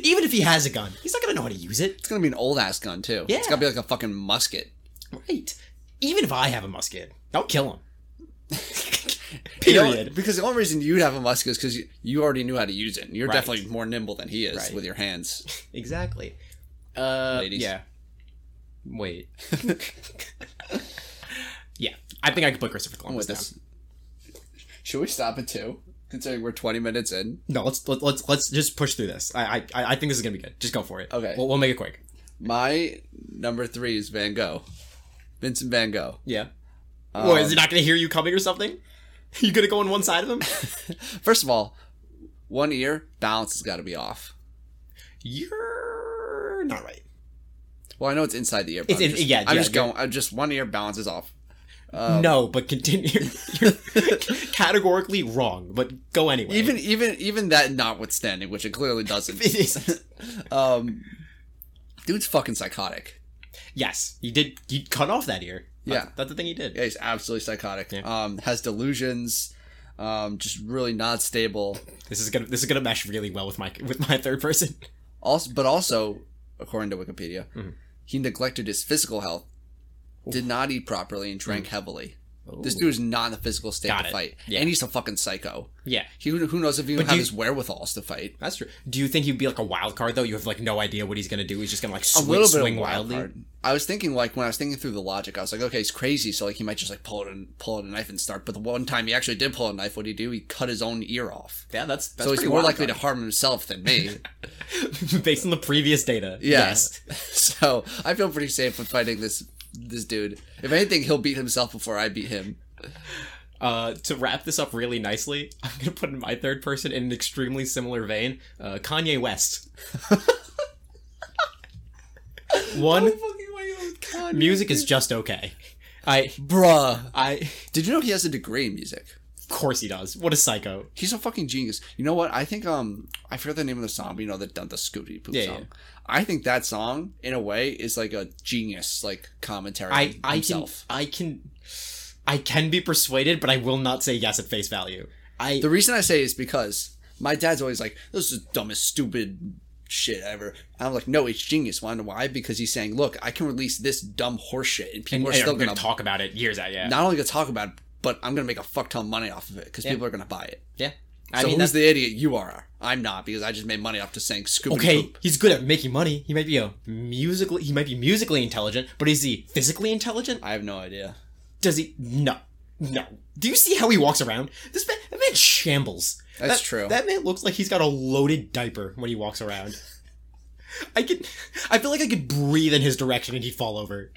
Speaker 2: even if he has a gun, he's not gonna know how to use it.
Speaker 1: It's gonna be an old ass gun too.
Speaker 2: Yeah.
Speaker 1: It's gotta be like a fucking musket.
Speaker 2: Right. Even if I have a musket, I'll kill him.
Speaker 1: [LAUGHS] You know,
Speaker 2: Period.
Speaker 1: because the only reason you'd have a musket is because you, you already knew how to use it. And you're
Speaker 2: Right.
Speaker 1: definitely more nimble than he is
Speaker 2: Right.
Speaker 1: with your hands.
Speaker 2: Exactly. Uh,
Speaker 1: Ladies.
Speaker 2: Yeah. Wait. [LAUGHS] yeah, I think I could put Christopher
Speaker 1: With
Speaker 2: Columbus down.
Speaker 1: this. Should we stop it too? Considering we're 20 minutes in.
Speaker 2: No, let's let, let's let's just push through this. I I I I think this is gonna be good. Just go for it.
Speaker 1: Okay.
Speaker 2: We'll, we'll make it quick.
Speaker 1: My number three is Van Gogh. Vincent Van Gogh.
Speaker 2: Yeah.
Speaker 1: Um,
Speaker 2: What, is he not gonna hear you coming or something? [LAUGHS] You gonna go on one side of him? [LAUGHS]
Speaker 1: First of all, one ear, balance has got to be off.
Speaker 2: You're not right.
Speaker 1: Well, I know it's inside the ear. But
Speaker 2: It's
Speaker 1: I'm
Speaker 2: in-
Speaker 1: just,
Speaker 2: yeah,
Speaker 1: I'm
Speaker 2: yeah,
Speaker 1: just
Speaker 2: you're-
Speaker 1: going. I just one ear balance is off. Um,
Speaker 2: no, but continue. [LAUGHS] You're categorically wrong. But go anyway.
Speaker 1: Even even even that notwithstanding, which it clearly doesn't. [LAUGHS]
Speaker 2: It is-
Speaker 1: um, dude's fucking psychotic.
Speaker 2: [LAUGHS] yes, he did. He cut off that ear. That's-
Speaker 1: Yeah.
Speaker 2: that's the thing he did.
Speaker 1: Yeah, he's absolutely psychotic.
Speaker 2: Yeah.
Speaker 1: Um, has delusions. Um, just really not stable.
Speaker 2: This is gonna this is gonna mesh really well with my with my third person.
Speaker 1: Also, but also, according to Wikipedia,
Speaker 2: Mhm.
Speaker 1: he neglected his physical health, did not eat properly, and drank heavily. This
Speaker 2: Mm. Ooh.
Speaker 1: dude is not in a physical state
Speaker 2: Got
Speaker 1: to
Speaker 2: it.
Speaker 1: fight,
Speaker 2: Yeah.
Speaker 1: and he's a fucking psycho.
Speaker 2: Yeah,
Speaker 1: He, who knows if he would
Speaker 2: But
Speaker 1: have
Speaker 2: do you-
Speaker 1: his wherewithals to fight?
Speaker 2: that's true. Do you think he'd be like a wild card though? You have like no idea what he's gonna do. He's just gonna like
Speaker 1: A
Speaker 2: swi-
Speaker 1: little bit
Speaker 2: swing
Speaker 1: of a wild
Speaker 2: wildly.
Speaker 1: card. I was thinking like when I was thinking through the logic, I was like, okay, he's crazy, so like he might just like pull it and pull out a knife and start. But the one time he actually did pull a knife, what did he do? He cut his own ear off.
Speaker 2: Yeah, that's, that's
Speaker 1: so he's
Speaker 2: pretty
Speaker 1: more
Speaker 2: wild
Speaker 1: likely to
Speaker 2: card.
Speaker 1: harm himself than
Speaker 2: [LAUGHS]
Speaker 1: me.
Speaker 2: based on the previous data.
Speaker 1: Yeah. [LAUGHS] so I feel pretty safe when fighting this this dude. If anything, he'll beat himself before I beat him.
Speaker 2: Uh, to wrap this up really nicely, [LAUGHS] I'm gonna put in my third person in an extremely similar vein. Uh, Kanye
Speaker 1: [LAUGHS]
Speaker 2: West. One music is just okay. I
Speaker 1: Bruh.
Speaker 2: I
Speaker 1: Did you know he has a degree in music?
Speaker 2: of course he does. What a psycho.
Speaker 1: He's a fucking genius. You know what? I think um I forgot the name of the song, but you know the dun the Scooby Poo
Speaker 2: Yeah,
Speaker 1: song.
Speaker 2: yeah.
Speaker 1: I think that song, in a way, is like a genius like commentary
Speaker 2: I
Speaker 1: on
Speaker 2: I can
Speaker 1: himself.
Speaker 2: I can I can be persuaded, but I will not say yes at face value. I
Speaker 1: The reason I say is because my dad's always like, This is the dumbest, stupid shit ever. I'm like, no, it's genius. Wanna know why? Because he's saying, Look, I can release this dumb horse shit and people
Speaker 2: we're
Speaker 1: are still
Speaker 2: gonna,
Speaker 1: gonna
Speaker 2: talk about it years out. Yeah,
Speaker 1: not only gonna talk about it, but I'm gonna make a fuck ton of money off of it because
Speaker 2: Yeah.
Speaker 1: people are gonna buy it.
Speaker 2: yeah.
Speaker 1: So
Speaker 2: I mean,
Speaker 1: who's
Speaker 2: that's,
Speaker 1: the idiot? You are. I'm not because I just made money off to saying Scooby
Speaker 2: okay.
Speaker 1: Poop.
Speaker 2: He's good at making money. He might be a musically. He might be musically intelligent, but is he physically intelligent?
Speaker 1: I have no idea.
Speaker 2: Does he? No, no. Do you see how he walks around? This man, that man shambles.
Speaker 1: That's
Speaker 2: That-
Speaker 1: true.
Speaker 2: That man looks like he's got a loaded diaper when he walks around. I could, I feel like I could breathe in his direction and he'd fall over.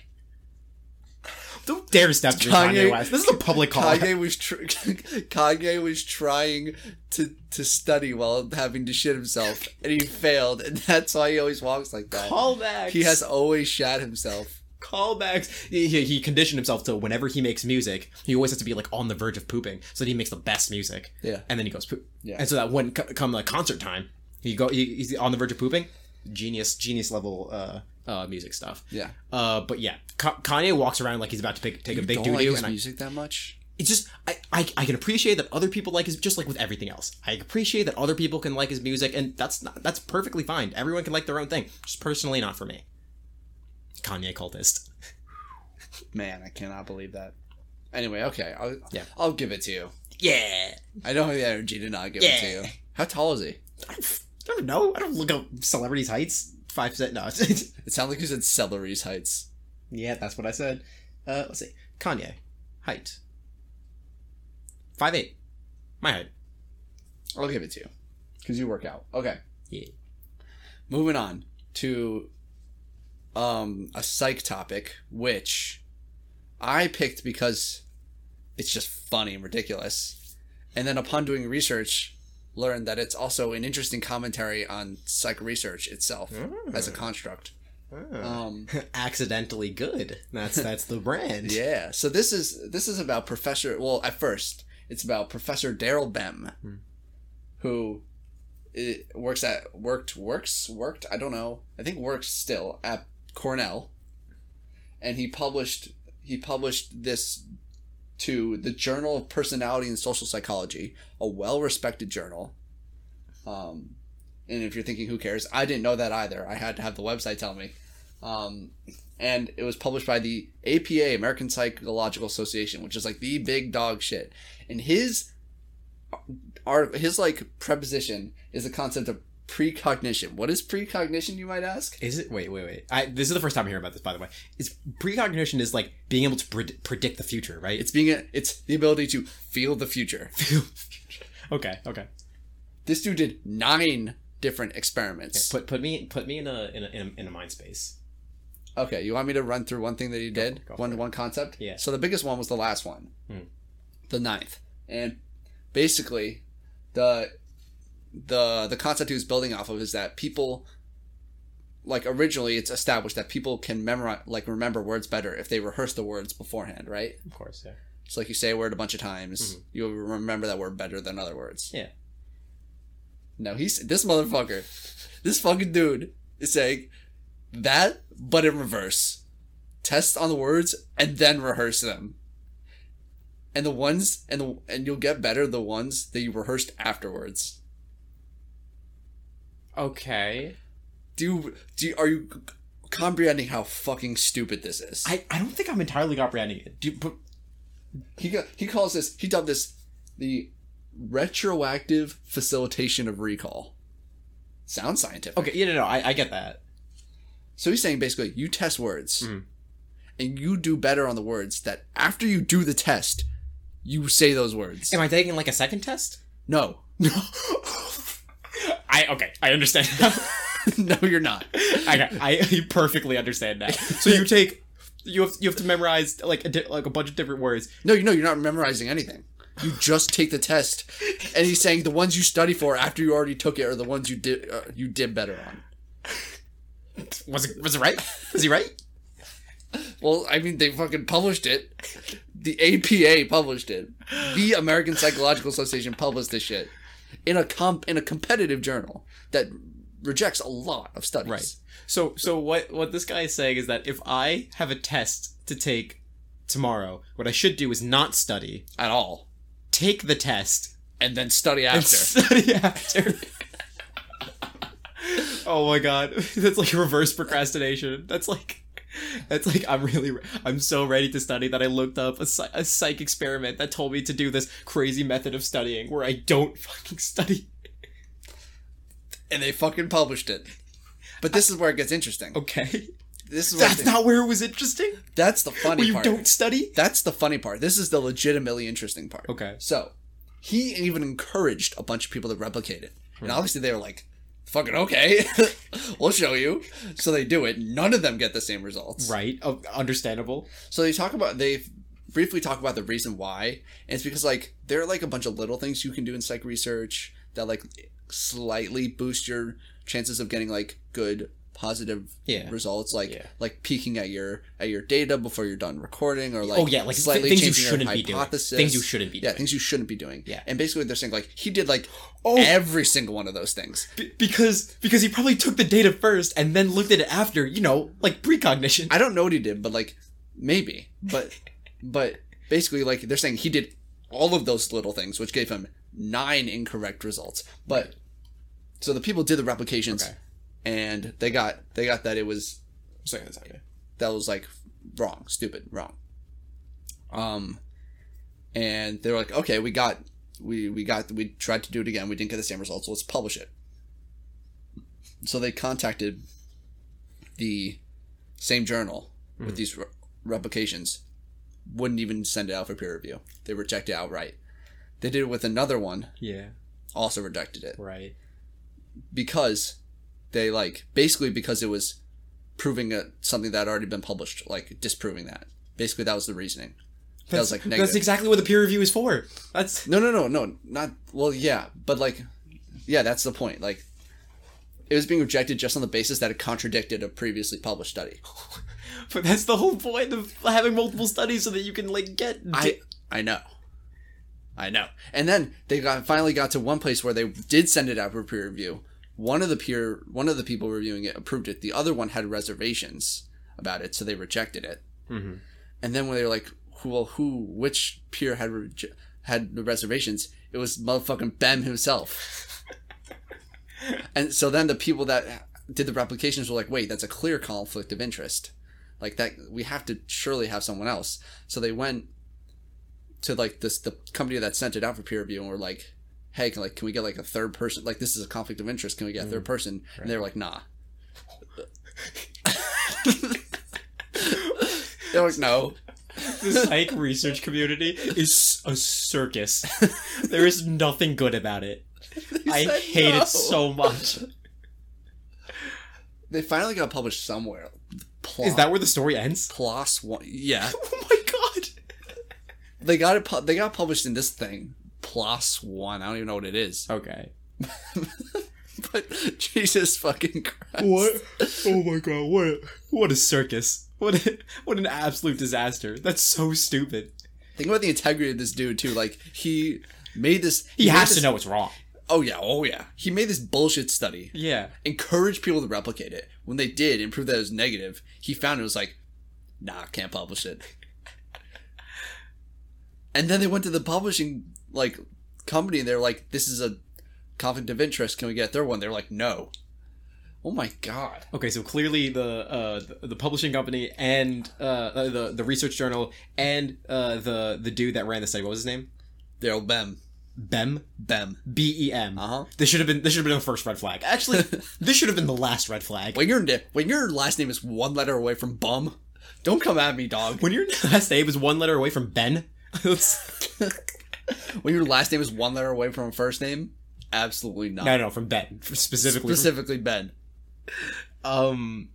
Speaker 2: Don't dare step to Kanye,
Speaker 1: Kanye-
Speaker 2: West. This is a public call.
Speaker 1: [LAUGHS] Kanye was tr- [LAUGHS] Kanye was trying to to study while having to shit himself, and he failed, and that's why he always walks like that.
Speaker 2: [LAUGHS] Callbacks.
Speaker 1: He has always shat himself.
Speaker 2: callbacks. He, he, he conditioned himself to whenever he makes music, he always has to be like on the verge of pooping, so that he makes the best music.
Speaker 1: Yeah.
Speaker 2: And then he goes poop.
Speaker 1: Yeah.
Speaker 2: And so that when c- come like concert time, he go he, he's on the verge of pooping. Genius, genius level uh, uh, music stuff.
Speaker 1: Yeah,
Speaker 2: Uh, but yeah, Ka- Kanye walks around like he's about to pick, take a big
Speaker 1: don't
Speaker 2: doo
Speaker 1: like
Speaker 2: doo,
Speaker 1: his
Speaker 2: and I,
Speaker 1: music that much.
Speaker 2: it's just I, I I can appreciate that other people like his just like with everything else. I appreciate that other people can like his music, and that's not that's perfectly fine. Everyone can like their own thing. Just personally, not for me. Kanye cultist.
Speaker 1: Man, I cannot believe that. Anyway, okay, I'll,
Speaker 2: Yeah.
Speaker 1: I'll give it to you.
Speaker 2: Yeah.
Speaker 1: I don't have the energy to not give it to
Speaker 2: Yeah.
Speaker 1: you. How tall is he?
Speaker 2: I don't, I don't know. I don't look up celebrities' heights. Five percent. No. [LAUGHS]
Speaker 1: It sounds like you said Celery's heights.
Speaker 2: yeah, that's what I said. Uh, let's see. Kanye, height. Five eight. My height.
Speaker 1: I'll give it to you because you work out. Okay.
Speaker 2: Yeah.
Speaker 1: Moving on to um a psych topic, which I picked because it's just funny and ridiculous, and then upon doing research, learned that it's also an interesting commentary on psych research itself as a construct.
Speaker 2: Ah.
Speaker 1: Um,
Speaker 2: [LAUGHS] Accidentally good. That's that's the [LAUGHS] brand.
Speaker 1: yeah. So this is this is about Professor. Well, at first, it's about Professor Daryl Bem,
Speaker 2: Hmm.
Speaker 1: who i works at worked works worked. I don't know. I think works still at Cornell, and he published he published this to the Journal of Personality and Social Psychology, a well respected journal. Um, and if you're thinking, who cares? I didn't know that either. I had to have the website tell me. Um, and it was published by the APA, American Psychological Association, which is like the big dog shit. And his, our his like preposition is the concept of precognition. What is precognition, you might ask?
Speaker 2: Is it? Wait, wait, wait. I, this is the first time I'm hearing about this, by the way. Is precognition is like being able to pred- predict the future, right? [LAUGHS]
Speaker 1: It's being a, it's the ability to feel the future.
Speaker 2: okay, okay.
Speaker 1: This dude did nine different experiments.
Speaker 2: Put put me put me in a in a, in a, in a mind space.
Speaker 1: Okay, you want me to run through one thing that he did,
Speaker 2: go for
Speaker 1: one
Speaker 2: it.
Speaker 1: one concept.
Speaker 2: Yeah.
Speaker 1: So the biggest one was the last one,
Speaker 2: Hmm.
Speaker 1: the ninth, and basically, the the the concept he was building off of is that people, like originally, it's established that people can memorize like remember words better if they rehearse the words beforehand, right?
Speaker 2: Of course, yeah.
Speaker 1: It's like you say a word a bunch of times,
Speaker 2: Mhm.
Speaker 1: you'll remember that word better than other words.
Speaker 2: Yeah.
Speaker 1: No, he's this motherfucker, this fucking dude is saying that, but in reverse. Test on the words and then rehearse them. And the ones and the and you'll get better the ones that you rehearsed afterwards.
Speaker 2: Okay.
Speaker 1: Do you, do you, are you c- comprehending how fucking stupid this is?
Speaker 2: I, I don't think I'm entirely comprehending it. Do you, but
Speaker 1: he got, he calls this he dubbed this the retroactive facilitation of recall. Sounds scientific.
Speaker 2: okay, yeah, no, no, I, I get that.
Speaker 1: So he's saying basically you test words
Speaker 2: Mhm.
Speaker 1: and you do better on the words that after you do the test, you say those words.
Speaker 2: Am I taking like a second test?
Speaker 1: no. [LAUGHS]
Speaker 2: I okay, I understand. [LAUGHS] Now.
Speaker 1: no, you're not.
Speaker 2: I I [LAUGHS] perfectly understand now. [LAUGHS] So you take you have you have to memorize like a di- like a bunch of different words.
Speaker 1: No, you know you're not memorizing anything. You just take the test, and he's saying the ones you study for after you already took it are the ones you did uh, you did better on.
Speaker 2: Was it was it right? Was he right?
Speaker 1: Well, I mean, they fucking published it. The APA published it. The American Psychological Association published this shit in a comp in a competitive journal that rejects a lot of studies.
Speaker 2: [LAUGHS] Right. So so what what this guy is saying is that if I have a test to take tomorrow, what I should do is not study,
Speaker 1: At all,
Speaker 2: take the test,
Speaker 1: and then study
Speaker 2: and
Speaker 1: after.
Speaker 2: [LAUGHS] study after. oh my god, [LAUGHS] that's like reverse procrastination. That's like that's like I'm really re- I'm so ready to study that I looked up a, psy- a psych experiment that told me to do this crazy method of studying where I don't fucking study.
Speaker 1: and they fucking published it. But this is where it gets interesting. [LAUGHS]
Speaker 2: Okay,
Speaker 1: This is where
Speaker 2: that's
Speaker 1: it-
Speaker 2: not where it was interesting.
Speaker 1: that's the funny
Speaker 2: Where you
Speaker 1: part.
Speaker 2: don't study.
Speaker 1: That's the funny part. This is the legitimately interesting part.
Speaker 2: Okay.
Speaker 1: So he even encouraged a bunch of people to replicate it. And obviously they were like, fucking okay, [LAUGHS] we'll show you. So they do it. None of them get the same results.
Speaker 2: Right. Uh, understandable.
Speaker 1: So they talk about, they briefly talk about the reason why. And it's because like, there are like a bunch of little things you can do in psych research that like slightly boost your chances of getting like good positive
Speaker 2: Yeah.
Speaker 1: results like
Speaker 2: Yeah.
Speaker 1: like peeking at your at your data before you're done recording or like
Speaker 2: oh yeah, like
Speaker 1: slightly
Speaker 2: things you
Speaker 1: changing your
Speaker 2: shouldn't be doing.
Speaker 1: hypothesis
Speaker 2: Things you shouldn't be
Speaker 1: yeah,
Speaker 2: doing.
Speaker 1: things you shouldn't be doing.
Speaker 2: Yeah.
Speaker 1: And basically, they're saying like he did like
Speaker 2: [GASPS] Oh.
Speaker 1: every single one of those things.
Speaker 2: B- because because he probably took the data first and then looked at it after. You know, like precognition.
Speaker 1: I don't know what he did, but like maybe,
Speaker 2: [LAUGHS]
Speaker 1: but but basically, like they're saying he did all of those little things, which gave him nine incorrect results. But so the people did the replications,
Speaker 2: Okay.
Speaker 1: and they got they got that it was
Speaker 2: Second time.
Speaker 1: that was like wrong, stupid, wrong. Um, and they were like, okay, we got we we got we tried to do it again. We didn't get the same results. So let's publish it. So they contacted the same journal with
Speaker 2: Mhm.
Speaker 1: these re- replications. Wouldn't even send it out for peer review. They rejected it outright. They did it with another one,
Speaker 2: Yeah.
Speaker 1: also rejected it
Speaker 2: Right.
Speaker 1: because they like basically because it was proving a, something that had already been published, like disproving that. Basically, that was the reasoning. that was like negative.
Speaker 2: That's exactly what the peer review is for. That's
Speaker 1: no, no, no, no, not well. Yeah, but like, yeah, that's the point. Like, It was being rejected just on the basis that it contradicted a previously published study.
Speaker 2: But that's the whole point of having multiple studies so that you can like get
Speaker 1: I I know. I know. And then they got finally got to one place where they did send it out for peer review. One of the peer one of the people reviewing it approved it. The other one had reservations about it, so they rejected it.
Speaker 2: Mhm.
Speaker 1: And then when they were like, who, well, who, which peer had reje- had the reservations? It was motherfucking Bem himself. and so then the people that did the replications were like, wait, that's a clear conflict of interest. Like that, we have to surely have someone else. So they went to like this the company that sent it out for peer review and were like, hey, can, like can we get like a third person? Like this is a conflict of interest. Can we get a third person? And they were like, nah. [LAUGHS] They're like, no.
Speaker 2: the psych research community is a circus.
Speaker 1: [LAUGHS]
Speaker 2: there is nothing good about it. I
Speaker 1: said
Speaker 2: hate
Speaker 1: no.
Speaker 2: it so much.
Speaker 1: They finally got published somewhere. Plos,
Speaker 2: Is that where the story ends?
Speaker 1: Plos one? Yeah,
Speaker 2: [LAUGHS] Oh my god.
Speaker 1: [LAUGHS] they got it. Pu- they got published in this thing, Plos one. I don't even know what it is. [LAUGHS]
Speaker 2: Okay.
Speaker 1: But Jesus fucking Christ!
Speaker 2: Oh my god. What? What a circus. What? A, what an absolute disaster. That's so stupid.
Speaker 1: Think about the integrity of this dude too. Like he made this.
Speaker 2: He,
Speaker 1: made
Speaker 2: has
Speaker 1: this-
Speaker 2: to know what's wrong.
Speaker 1: Oh yeah. Oh yeah. He made this bullshit study.
Speaker 2: Yeah.
Speaker 1: Encouraged people to replicate it. When they did, and proved that it was negative. He found it was like, nah, can't publish it. And then they went to the publishing like company. and They're like, this is a conflict of interest. Can we get their one? They're like, no. Oh my god.
Speaker 2: Okay, so clearly the uh, the- the publishing company and uh, uh, the the research journal and uh, the the dude that ran the study, what was his name?
Speaker 1: They're all bem
Speaker 2: Bem
Speaker 1: bem.
Speaker 2: B E M.
Speaker 1: Uh huh.
Speaker 2: This should have been this should have been the first red flag. Actually, this should have been the last red flag.
Speaker 1: When your na- when your last name is one letter away from bum, don't come at me, dog.
Speaker 2: When your last name is one letter away from Ben, [LAUGHS] that's-
Speaker 1: When your last name is one letter away from a first name, absolutely not.
Speaker 2: no, no, from Ben specifically. from-
Speaker 1: Specifically, Ben.
Speaker 2: um,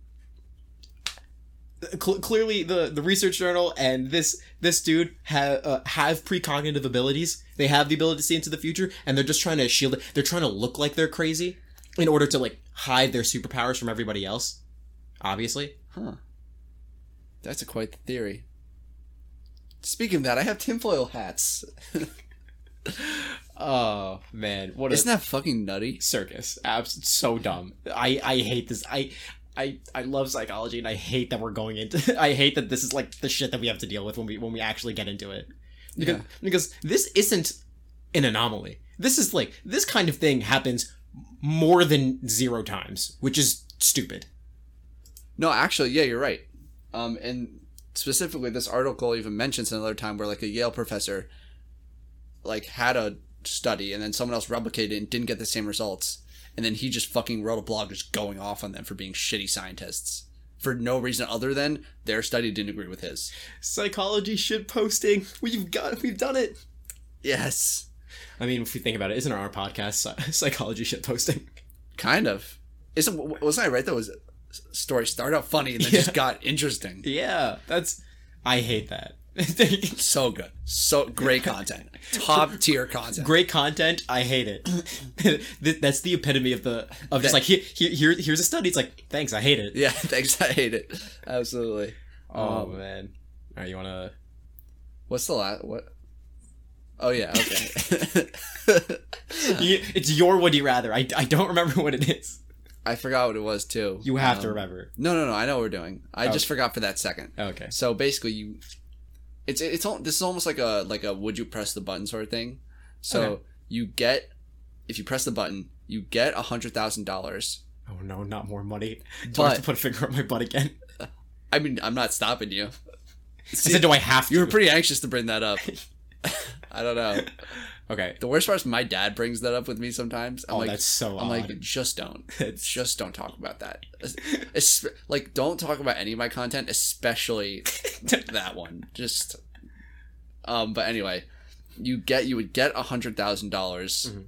Speaker 2: cl- clearly the the research journal and this this dude have uh, have precognitive abilities. They have the ability to see into the future, and they're just trying to shield it. They're trying to look like they're crazy in order to like hide their superpowers from everybody else. Obviously,
Speaker 1: Huh. That's a quite the theory. Speaking of that, I have tinfoil hats.
Speaker 2: oh man, what a
Speaker 1: Isn't that fucking nutty?
Speaker 2: circus. Abs- so dumb. I I hate this. I I I love psychology and I hate that we're going into [LAUGHS] I hate that this is like the shit that we have to deal with when we when we actually get into it. Because
Speaker 1: Yeah.
Speaker 2: [LAUGHS] because this isn't an anomaly. This is like this kind of thing happens more than zero times, which is stupid.
Speaker 1: No, actually, yeah, you're right. Um, and specifically, this article even mentions another time where like a Yale professor, like had a study and then someone else replicated it and didn't get the same results, and then he just fucking wrote a blog just going off on them for being shitty scientists for no reason other than their study didn't agree with his.
Speaker 2: Psychology shit posting. We've got we've done it.
Speaker 1: Yes,
Speaker 2: I mean, if we think about it, isn't our podcast psy- [LAUGHS] psychology shit posting? [LAUGHS]
Speaker 1: kind of. Isn't w- wasn't I right? That was story started out funny and then just got interesting.
Speaker 2: Yeah, that's I hate that. [LAUGHS]
Speaker 1: So good, so great content, top tier content.
Speaker 2: great content i hate it [LAUGHS] Th- that's the epitome of the of just like here, here here- here's a study it's like thanks i hate it
Speaker 1: Yeah, [LAUGHS] thanks. I hate it. Absolutely.
Speaker 2: oh
Speaker 1: Um,
Speaker 2: man all right you want to
Speaker 1: What's the last what? Oh yeah,
Speaker 2: [LAUGHS]
Speaker 1: okay. [LAUGHS]
Speaker 2: it's your would you rather I, I don't remember what it is
Speaker 1: I forgot what it was too.
Speaker 2: you have to
Speaker 1: Um,
Speaker 2: remember
Speaker 1: No, no, no. I know what we're doing. I just
Speaker 2: Okay.
Speaker 1: forgot for that second.
Speaker 2: okay
Speaker 1: So basically, you, it's it's all this is almost like a like a would you press the button sort of thing. So
Speaker 2: Okay.
Speaker 1: you get if you press the button, you get a hundred thousand
Speaker 2: [LAUGHS]
Speaker 1: dollars.
Speaker 2: oh no not more money [LAUGHS] do i have to
Speaker 1: But
Speaker 2: put a finger up my butt again
Speaker 1: I mean, I'm not stopping you.
Speaker 2: [LAUGHS] i said do i have to
Speaker 1: You were pretty anxious to bring
Speaker 2: [LAUGHS]
Speaker 1: that up. I don't know.
Speaker 2: okay
Speaker 1: The worst part is my dad brings that up with me sometimes. I'm
Speaker 2: oh
Speaker 1: like,
Speaker 2: that's so
Speaker 1: I'm
Speaker 2: odd
Speaker 1: like, just don't.
Speaker 2: [LAUGHS] It's-
Speaker 1: just don't talk about that. Es- es- like, don't talk about any of my content,
Speaker 2: [LAUGHS]
Speaker 1: especially that one. Just, um. But anyway, you get you would get a hundred dollars,
Speaker 2: Mhm.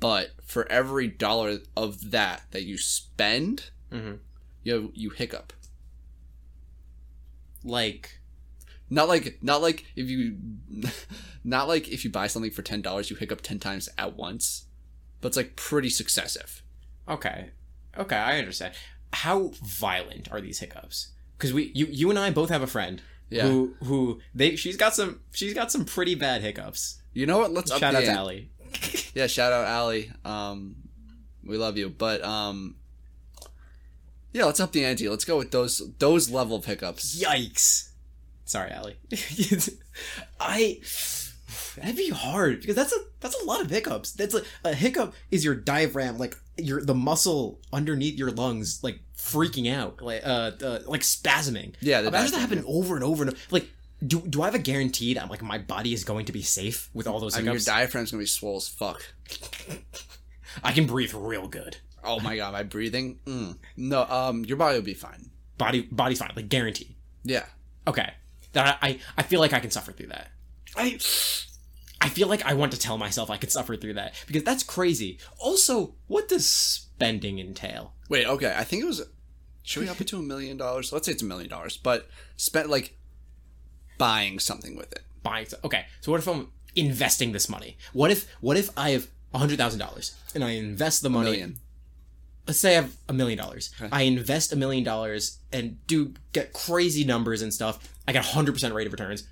Speaker 1: but for every dollar of that that you spend,
Speaker 2: Mhm.
Speaker 1: you you hiccup.
Speaker 2: like
Speaker 1: Not like not like if you, [LAUGHS] not like if you buy something for ten dollars, you hiccup ten times at once, but it's like pretty successive.
Speaker 2: Okay. Okay, I understand. How violent are these hiccups? Because we, you, you and I both have a friend
Speaker 1: Yeah.
Speaker 2: who, who they, she's got some, she's got some pretty bad hiccups.
Speaker 1: you know what? Let's
Speaker 2: Shout out to
Speaker 1: ante.
Speaker 2: Allie.
Speaker 1: Yeah, shout out Allie. Um, we love you, but um, yeah, let's up the ante. Let's go with those those level of hiccups.
Speaker 2: Yikes! Sorry, Allie. [LAUGHS] I that'd be hard because that's a that's a lot of hiccups. That's like a hiccup is your diaphragm, like your the muscle underneath your lungs, like freaking out, like uh, uh like spasming.
Speaker 1: Yeah, the
Speaker 2: Imagine that
Speaker 1: diaphragm,
Speaker 2: happened over and over and over. like. Do, do I have a guarantee that like my body is going to be safe with all those
Speaker 1: I mean, your
Speaker 2: hiccups?
Speaker 1: diaphragm's gonna be swole as fuck.
Speaker 2: I can breathe real good.
Speaker 1: Oh my god, my breathing. Mm. No, um, your body will be fine.
Speaker 2: Body body's fine, like guaranteed.
Speaker 1: Yeah,
Speaker 2: Okay, that I I feel like I can suffer through that.
Speaker 1: I.
Speaker 2: I feel like I want to tell myself I could suffer through that because that's crazy. Also, what does spending entail?
Speaker 1: Wait, okay. I think it was. Should we up it to a million dollars? Let's say it's a million dollars, but spent like buying something with it.
Speaker 2: Buying stuff. Okay, so what if I'm investing this money? What if what if I have hundred thousand dollars and I invest the money?
Speaker 1: Million.
Speaker 2: Let's say I have a million dollars. I invest a million dollars and do get crazy numbers and stuff. I got hundred percent rate of returns.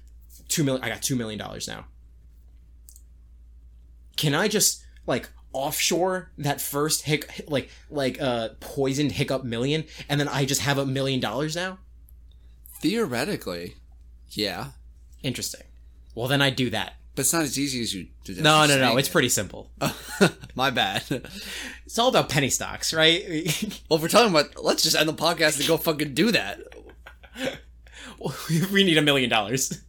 Speaker 2: Two million. I got two million dollars now. Can I just like offshore that first hic like like uh poisoned hiccup million and then I just have a million dollars now?
Speaker 1: Theoretically, yeah,
Speaker 2: Interesting. Well, then I do that.
Speaker 1: but it's not as easy as you. as
Speaker 2: No,
Speaker 1: you
Speaker 2: no, no.
Speaker 1: think.
Speaker 2: It's pretty simple.
Speaker 1: [LAUGHS] My bad.
Speaker 2: It's all about penny stocks, right? [LAUGHS]
Speaker 1: Well, if we're talking about, let's just end the podcast and go fucking do that.
Speaker 2: we need a million [LAUGHS] dollars.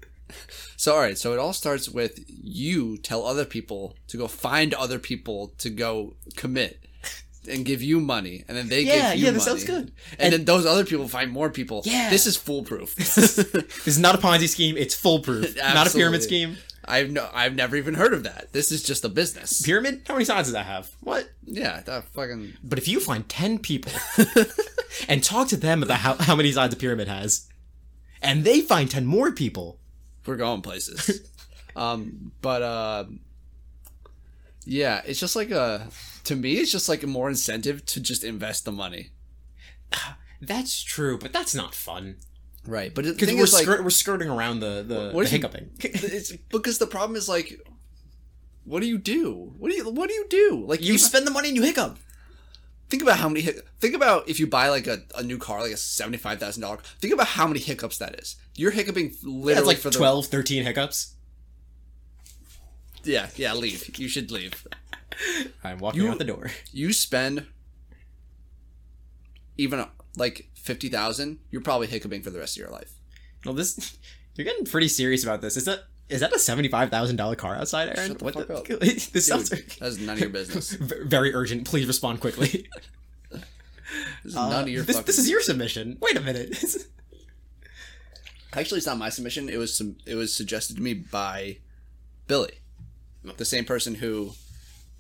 Speaker 1: So, all right. So it all starts with you tell other people to go find other people to go commit and give you money, and then they
Speaker 2: Yeah,
Speaker 1: give you
Speaker 2: yeah,
Speaker 1: money.
Speaker 2: that sounds good.
Speaker 1: And, then those other people find more people.
Speaker 2: Yeah.
Speaker 1: this is foolproof.
Speaker 2: [LAUGHS] this is not a Ponzi scheme. It's foolproof. not a
Speaker 1: Absolutely.
Speaker 2: pyramid scheme.
Speaker 1: I've no, I've never even heard of that. This is just a business.
Speaker 2: Pyramid? How many sides does that have? What?
Speaker 1: Yeah, that fucking.
Speaker 2: But if you find 10 [LAUGHS] people and talk to them about how, how many sides a pyramid has, and they find 10 more people,
Speaker 1: we're going
Speaker 2: [LAUGHS]
Speaker 1: places. um, but uh, yeah, it's just like a to me, it's just like a more incentive to just invest the money,
Speaker 2: that's true, but that's not fun.
Speaker 1: right? But the
Speaker 2: Because
Speaker 1: thing
Speaker 2: we're,
Speaker 1: is, like,
Speaker 2: skir- we're skirting around the, the,
Speaker 1: What
Speaker 2: the
Speaker 1: if you-
Speaker 2: hiccuping.
Speaker 1: [LAUGHS] it's because the problem is like, what do you do? What do you what do you do? Like you
Speaker 2: spend the money and you hiccup.
Speaker 1: think about how many hic- think about if you buy like a, a new car, like a seventy five thousand dollar. Think about how many hiccups that is. You're hiccuping literally
Speaker 2: That's like
Speaker 1: for the
Speaker 2: 12, 13 hiccups.
Speaker 1: yeah yeah leave. You should leave.
Speaker 2: I'm walking
Speaker 1: You-
Speaker 2: out the door.
Speaker 1: you spend even uh, like 50,000, you're probably hiccuping for the rest of your life.
Speaker 2: [LAUGHS] Well, this [LAUGHS] you're getting pretty serious about this. Is that is that a seventy five thousand dollar car outside, Aaron?
Speaker 1: Shut the fuck up.
Speaker 2: [LAUGHS] this sounds
Speaker 1: Dude, that's none of your business.
Speaker 2: v- very urgent. Please respond quickly.
Speaker 1: This is
Speaker 2: [LAUGHS] Uh,
Speaker 1: none of your
Speaker 2: this,
Speaker 1: fucking
Speaker 2: this is your submission. Wait a minute. [LAUGHS]
Speaker 1: Actually, it's not my submission. It was some it was suggested to me by Billy. The same person who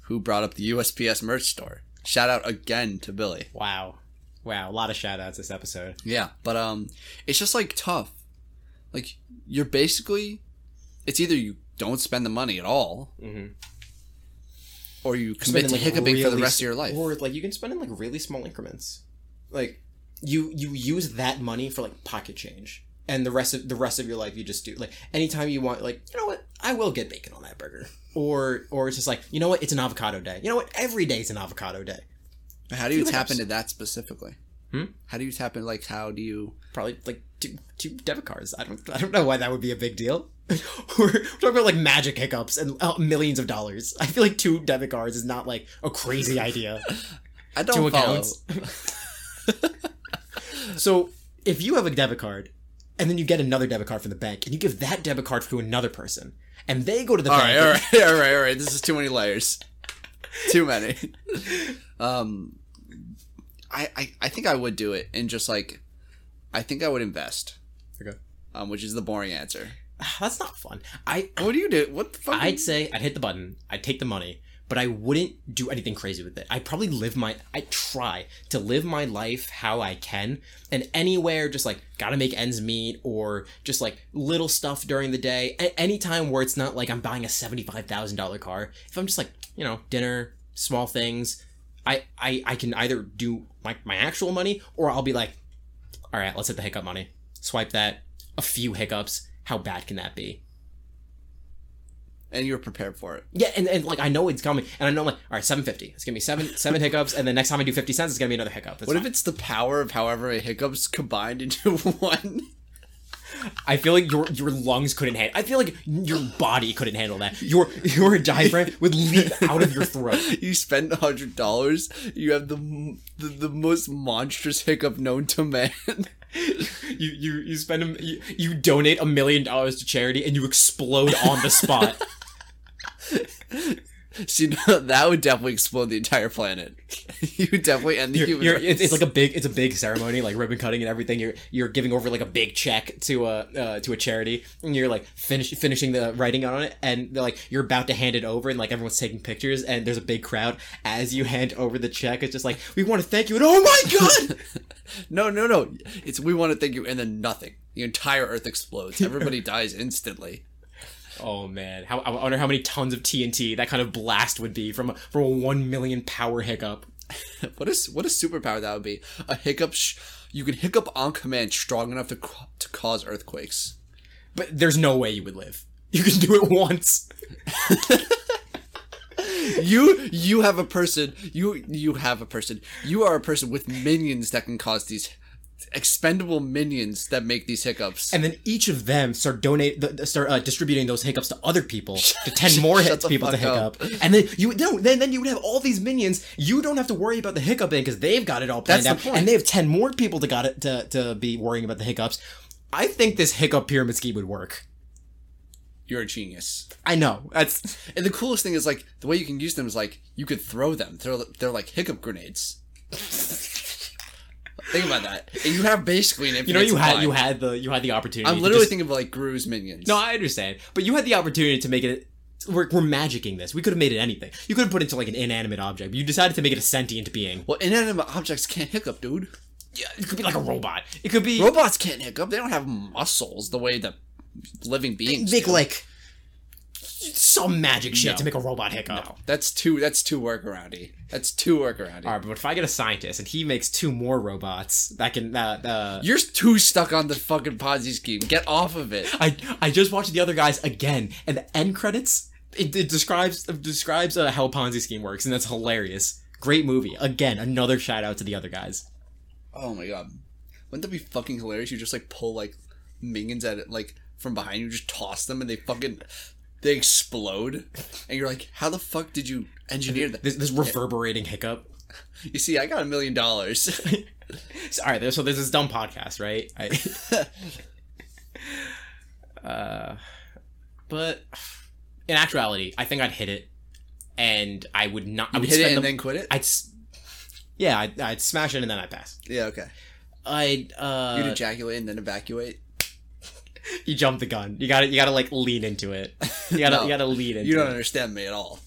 Speaker 1: who brought up the USPS merch store. Shout out again to Billy.
Speaker 2: wow, wow, a lot of shout outs this episode.
Speaker 1: Yeah, but um it's just like tough. Like you're basically it's either you don't spend the money at all
Speaker 2: Mm-hmm.
Speaker 1: or you commit to hiccuping for the rest of your life.
Speaker 2: or like you can spend in like really small increments. Like you you use that money for like pocket change. And the rest of the rest of your life, you just do like anytime you want. Like you know what, I will get bacon on that burger, or or it's just like you know what, it's an avocado day. You know what, every day is an avocado day.
Speaker 1: How do you
Speaker 2: Few
Speaker 1: tap
Speaker 2: hiccups.
Speaker 1: into that specifically?
Speaker 2: Hmm?
Speaker 1: How do you tap in? Like, how do you?
Speaker 2: probably like two, two debit cards. I don't I don't know why that would be a big deal. [LAUGHS] We're talking about like magic hiccups and uh, millions of dollars. I feel like two debit cards is not like a crazy idea.
Speaker 1: I don't
Speaker 2: two
Speaker 1: follow.
Speaker 2: accounts. [LAUGHS] so if you have a debit card and then you get another debit card from the bank and you give that debit card to another person and they go to the
Speaker 1: All right,
Speaker 2: bank.
Speaker 1: all right, [LAUGHS] all right, all right. This is too many layers. [LAUGHS] too
Speaker 2: [LAUGHS]
Speaker 1: many. Um, I, I I think I would do it and just like, I think I would invest.
Speaker 2: Okay.
Speaker 1: Um, which is the boring answer.
Speaker 2: That's not fun. I
Speaker 1: What do you do? What the fuck?
Speaker 2: I'd say I'd hit the button, I'd take the money, but I wouldn't do anything crazy with it. I probably live my I try to live my life how I can and anywhere just like gotta make ends meet or just like little stuff during the day. A- anytime where it's not like I'm buying a seventy five thousand dollar car. If I'm just like, you know, dinner, small things, I, I I can either do my my actual money or I'll be like, all right, let's hit the hiccup money. Swipe that. A few hiccups. How bad can that be?
Speaker 1: and you're prepared for it.
Speaker 2: Yeah, and, and like I know it's coming, and I know I'm like, all right, seven fifty. It's gonna be seven seven hiccups, and then next time I do fifty cents, it's gonna be another hiccup. That's
Speaker 1: What if
Speaker 2: fine.
Speaker 1: it's the power of however many hiccups combined into [LAUGHS] one?
Speaker 2: I feel like your your lungs couldn't handle. I feel like your body couldn't handle that. Your your diaphragm would leap out of your throat.
Speaker 1: you spend a hundred dollars, you have the, m- the the most monstrous hiccup known to man. [LAUGHS]
Speaker 2: You you you spend a, you, you donate a million dollars to charity, and you explode on the spot.
Speaker 1: See, now [LAUGHS] that would definitely explode the entire planet. [LAUGHS] you would definitely end the
Speaker 2: You're-
Speaker 1: human
Speaker 2: you're-
Speaker 1: race.
Speaker 2: it's, it's like a big it's a big ceremony like ribbon cutting and everything you're you're giving over like a big check to a uh, to a charity and you're like finish finishing the writing on it and they're like you're about to hand it over and like everyone's taking pictures and there's a big crowd as you hand over the check it's just like we want to thank you and oh my god
Speaker 1: no, no, no. It's we want to thank you, and then nothing. The entire Earth explodes.
Speaker 2: [LAUGHS]
Speaker 1: Everybody dies instantly.
Speaker 2: [LAUGHS] oh man how I wonder how many tons of TNT that kind of blast would be from a, from a 1 million power hiccup
Speaker 1: What is what a superpower that would be? A hiccup. Sh- you can hiccup on command, strong enough to ca- to cause earthquakes.
Speaker 2: but there's no way you would live you can do it [LAUGHS] once
Speaker 1: You you have a person. You you have a person. You are a person with minions that can cause these expendable minions that make these hiccups.
Speaker 2: and then each of them start donate th- th- start uh, distributing those hiccups to other
Speaker 1: [LAUGHS]
Speaker 2: people to 10 more
Speaker 1: shut
Speaker 2: hits
Speaker 1: the
Speaker 2: people to
Speaker 1: fuck
Speaker 2: hiccup
Speaker 1: up.
Speaker 2: and then you no then then you would have all these minions you don't have to worry about the hiccuping because they've got it all planned
Speaker 1: That's the
Speaker 2: out
Speaker 1: point.
Speaker 2: and they have 10 more people to got it to, to be worrying about the hiccups i think this hiccup pyramid scheme would work
Speaker 1: You're a genius.
Speaker 2: i know that's
Speaker 1: And the coolest thing is like the way you can use them is like you could throw them. They're they're like hiccup
Speaker 2: [LAUGHS]
Speaker 1: grenades. Think about that. And you have basically an infinite
Speaker 2: you know you had
Speaker 1: supply.
Speaker 2: you had the you had the opportunity
Speaker 1: I'm
Speaker 2: to
Speaker 1: literally
Speaker 2: just-
Speaker 1: thinking of like Gru's minions.
Speaker 2: no i understand but you had the opportunity to make it we're, we're magicking this we could have made it anything you could have put it into like an inanimate object you decided to make it a sentient being
Speaker 1: well, inanimate objects can't hiccup, dude.
Speaker 2: yeah, it could be like a robot it could be
Speaker 1: Robots can't hiccup. They don't have muscles the way that living beings
Speaker 2: make
Speaker 1: do.
Speaker 2: like some magic shit
Speaker 1: No.
Speaker 2: to make a robot hiccup.
Speaker 1: That's too. That's too workaroundy. That's too workaroundy.
Speaker 2: All right, but if I get a scientist and he makes two more robots, that can that uh,
Speaker 1: You're too stuck on the fucking Ponzi scheme. Get off of it.
Speaker 2: I I just watched the other guys again, and the end credits it, it describes it describes uh, how a Ponzi scheme works, and that's hilarious. Great movie. Again, another shout out to the other guys.
Speaker 1: Oh my god. Wouldn't that be fucking hilarious? You just like pull like minions at it like from behind you, just toss them and they fucking they explode. And you're like, how the fuck did you engineer that?
Speaker 2: This, this reverberating hiccup.
Speaker 1: You see, I got a million dollars.
Speaker 2: So, all right, there- so there's this dumb podcast, right?
Speaker 1: [LAUGHS]
Speaker 2: I, uh, but in actuality, I think I'd hit it, and I would not. [LAUGHS] I would
Speaker 1: Hit it
Speaker 2: spend
Speaker 1: and
Speaker 2: the,
Speaker 1: then quit it?
Speaker 2: I'd, s- yeah, I'd, I'd smash it and then I'd pass.
Speaker 1: yeah, okay.
Speaker 2: I'd uh,
Speaker 1: You'd ejaculate and then evacuate.
Speaker 2: you jump the gun. You got to You got to like lean into it. You got to.
Speaker 1: [LAUGHS] No.
Speaker 2: you got to lean into
Speaker 1: You don't
Speaker 2: it.
Speaker 1: understand me at all.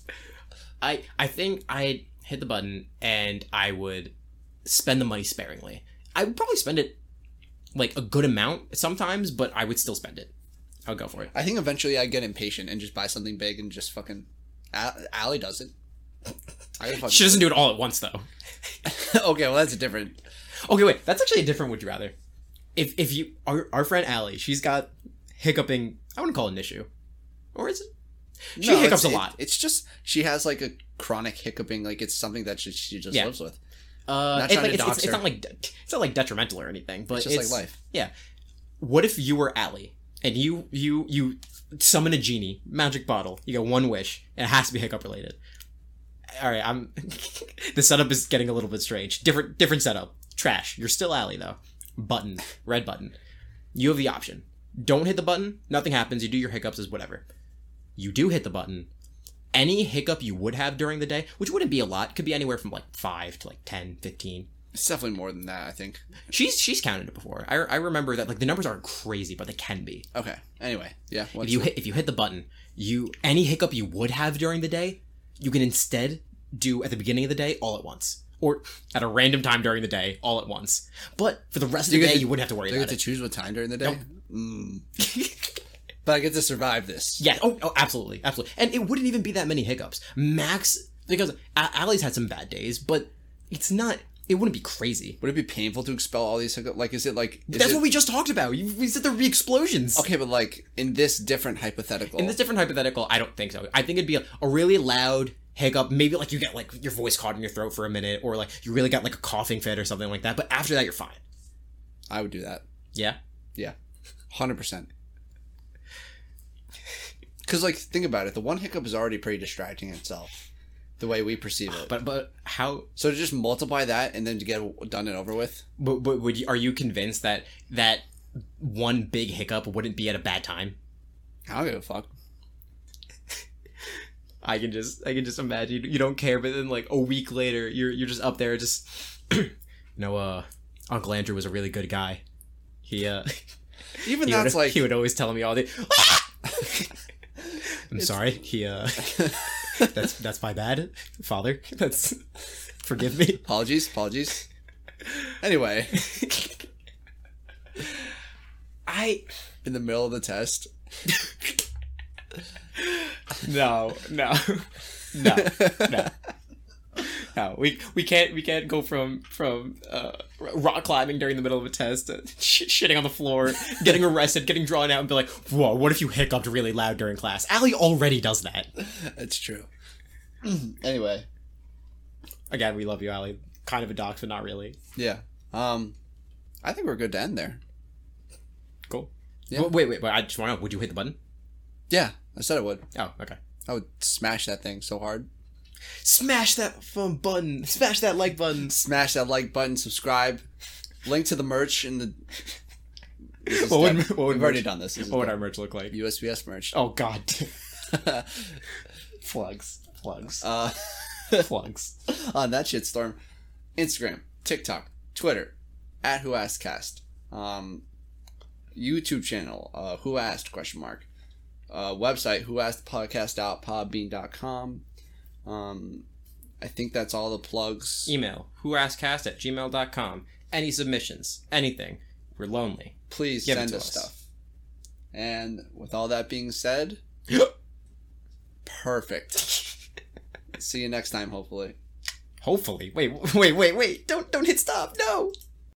Speaker 2: I I think I'd hit the button and I would spend the money sparingly. I would probably spend it like a good amount sometimes, but I would still spend it. I'll go for it.
Speaker 1: I think eventually I get impatient and just buy something big and just fucking. A- Allie does it. I gotta
Speaker 2: She
Speaker 1: fucking.
Speaker 2: doesn't do it all at once though.
Speaker 1: [LAUGHS] okay, well that's different.
Speaker 2: Okay, wait. That's actually a different would you rather. If if you our, our friend Allie, she's got hiccuping. I wouldn't call it an issue, or is it? She
Speaker 1: No, it's-
Speaker 2: hiccups a lot.
Speaker 1: It, it's just she has like a chronic hiccuping. Like it's something that she, she just
Speaker 2: Yeah.
Speaker 1: lives with.
Speaker 2: Uh,
Speaker 1: Not
Speaker 2: it's,
Speaker 1: trying to
Speaker 2: like, it's, it's,
Speaker 1: dox
Speaker 2: it's
Speaker 1: her.
Speaker 2: not like de- it's not like detrimental or anything, but
Speaker 1: It's
Speaker 2: it's,
Speaker 1: just like life.
Speaker 2: What if you were Allie and you you you summon a genie, magic bottle. You get one wish, and it has to be hiccup related. All right, I'm. [LAUGHS] the setup is getting a little bit strange. Different different setup. Trash. You're still Allie though. Button, red button. You have the option. Don't hit the button. Nothing happens. You do your hiccups as whatever. You do hit the button. Any hiccup you would have during the day, which wouldn't be a lot, could be anywhere from like 5 to like 10, 15,
Speaker 1: It's definitely more than that, I think.
Speaker 2: She's she's counted it before. I, I remember that like the numbers aren't crazy, but they can be.
Speaker 1: Okay. Anyway, yeah.
Speaker 2: If
Speaker 1: what's-
Speaker 2: you hit if you hit the button, you any hiccup you would have during the day, you can instead do at the beginning of the day all at once, or at a random time during the day all at once. But for the rest of
Speaker 1: You
Speaker 2: the
Speaker 1: get
Speaker 2: day,
Speaker 1: to-
Speaker 2: you wouldn't have to worry
Speaker 1: do I get
Speaker 2: about
Speaker 1: to
Speaker 2: it.
Speaker 1: choose what time during the day? Mm. [LAUGHS] but I get to survive this.
Speaker 2: Yeah. Oh, oh, absolutely, absolutely. And it wouldn't even be that many hiccups. Max because A- Allie's had some bad days, but it's not. It wouldn't be crazy.
Speaker 1: Would it be painful to expel all these hiccups? Like, is it like is
Speaker 2: That's
Speaker 1: it-
Speaker 2: what we just talked about. You, we said there'd be explosions.
Speaker 1: okay? But like in this different hypothetical,
Speaker 2: In this different hypothetical, I don't think so. I think it'd be a, a really loud hiccup. Maybe like you get like your voice caught in your throat for a minute, or like you really got like a coughing fit or something like that. But after that, you're fine.
Speaker 1: I would do that.
Speaker 2: Yeah.
Speaker 1: Yeah, hundred percent. [LAUGHS] Because like, think about it. The one hiccup is already pretty distracting in itself, the way we perceive it.
Speaker 2: But but how?
Speaker 1: so to just multiply that and then to get it done and over with,
Speaker 2: But, but would you, are you convinced that that one big hiccup wouldn't be at a bad time?
Speaker 1: I don't give a fuck.
Speaker 2: I can just I can just imagine you don't care, but then like a week later, you're you're just up there, just [CLEARS THROAT] no. Uh, Uncle Andrew was a really good guy. He uh, [LAUGHS]
Speaker 1: Even
Speaker 2: he
Speaker 1: that's
Speaker 2: would,
Speaker 1: like
Speaker 2: [LAUGHS] he would always tell me all the. [LAUGHS] I'm sorry. He uh, [LAUGHS] that's that's my bad, father. That's forgive me.
Speaker 1: apologies, apologies. Anyway,
Speaker 2: I
Speaker 1: in the middle of the test, [LAUGHS]
Speaker 2: no no no no. No, we we can't we can't go from from uh, r- rock climbing during the middle of a test to sh- shitting on the floor, getting arrested, getting drawn out, and be like, "Whoa, what if you hiccuped really loud during class?" Allie already does that.
Speaker 1: it's true. [CLEARS THROAT] anyway,
Speaker 2: Again, we love you, Allie. Kind of a dox, but not really.
Speaker 1: yeah. Um, I think we're good to end there.
Speaker 2: Cool.
Speaker 1: Yeah.
Speaker 2: Wait, wait, wait. I just want to. know, Would you hit the button?
Speaker 1: Yeah, I said I would.
Speaker 2: Oh, okay.
Speaker 1: I would smash that thing so hard.
Speaker 2: Smash that phone button. Smash that like [LAUGHS] button.
Speaker 1: Smash that like button, subscribe, link to the merch in the. This is
Speaker 2: What would-
Speaker 1: def-
Speaker 2: what would
Speaker 1: We've already
Speaker 2: merch-
Speaker 1: done this. this is
Speaker 2: What would our merch look like?
Speaker 1: USPS merch.
Speaker 2: Oh God. [LAUGHS] plugs. Plugs. [LAUGHS]
Speaker 1: Uh,
Speaker 2: plugs.
Speaker 1: on [LAUGHS] that shitstorm, Instagram, TikTok, Twitter, at Who Asked Cast, um, YouTube channel, uh, Who Asked question mark, uh, website Who Asked Podcast.podbean.com. Um, I think that's all the plugs.
Speaker 2: Email whoaskcast at gmail.com. Any submissions, anything. We're lonely.
Speaker 1: Please
Speaker 2: Give it
Speaker 1: send
Speaker 2: to
Speaker 1: us
Speaker 2: us.
Speaker 1: stuff. And with all that being
Speaker 2: [GASPS]
Speaker 1: said, perfect.
Speaker 2: [LAUGHS]
Speaker 1: See you next time, hopefully.
Speaker 2: [LAUGHS] Hopefully. Wait, wait, wait, wait. Don't don't hit stop. No.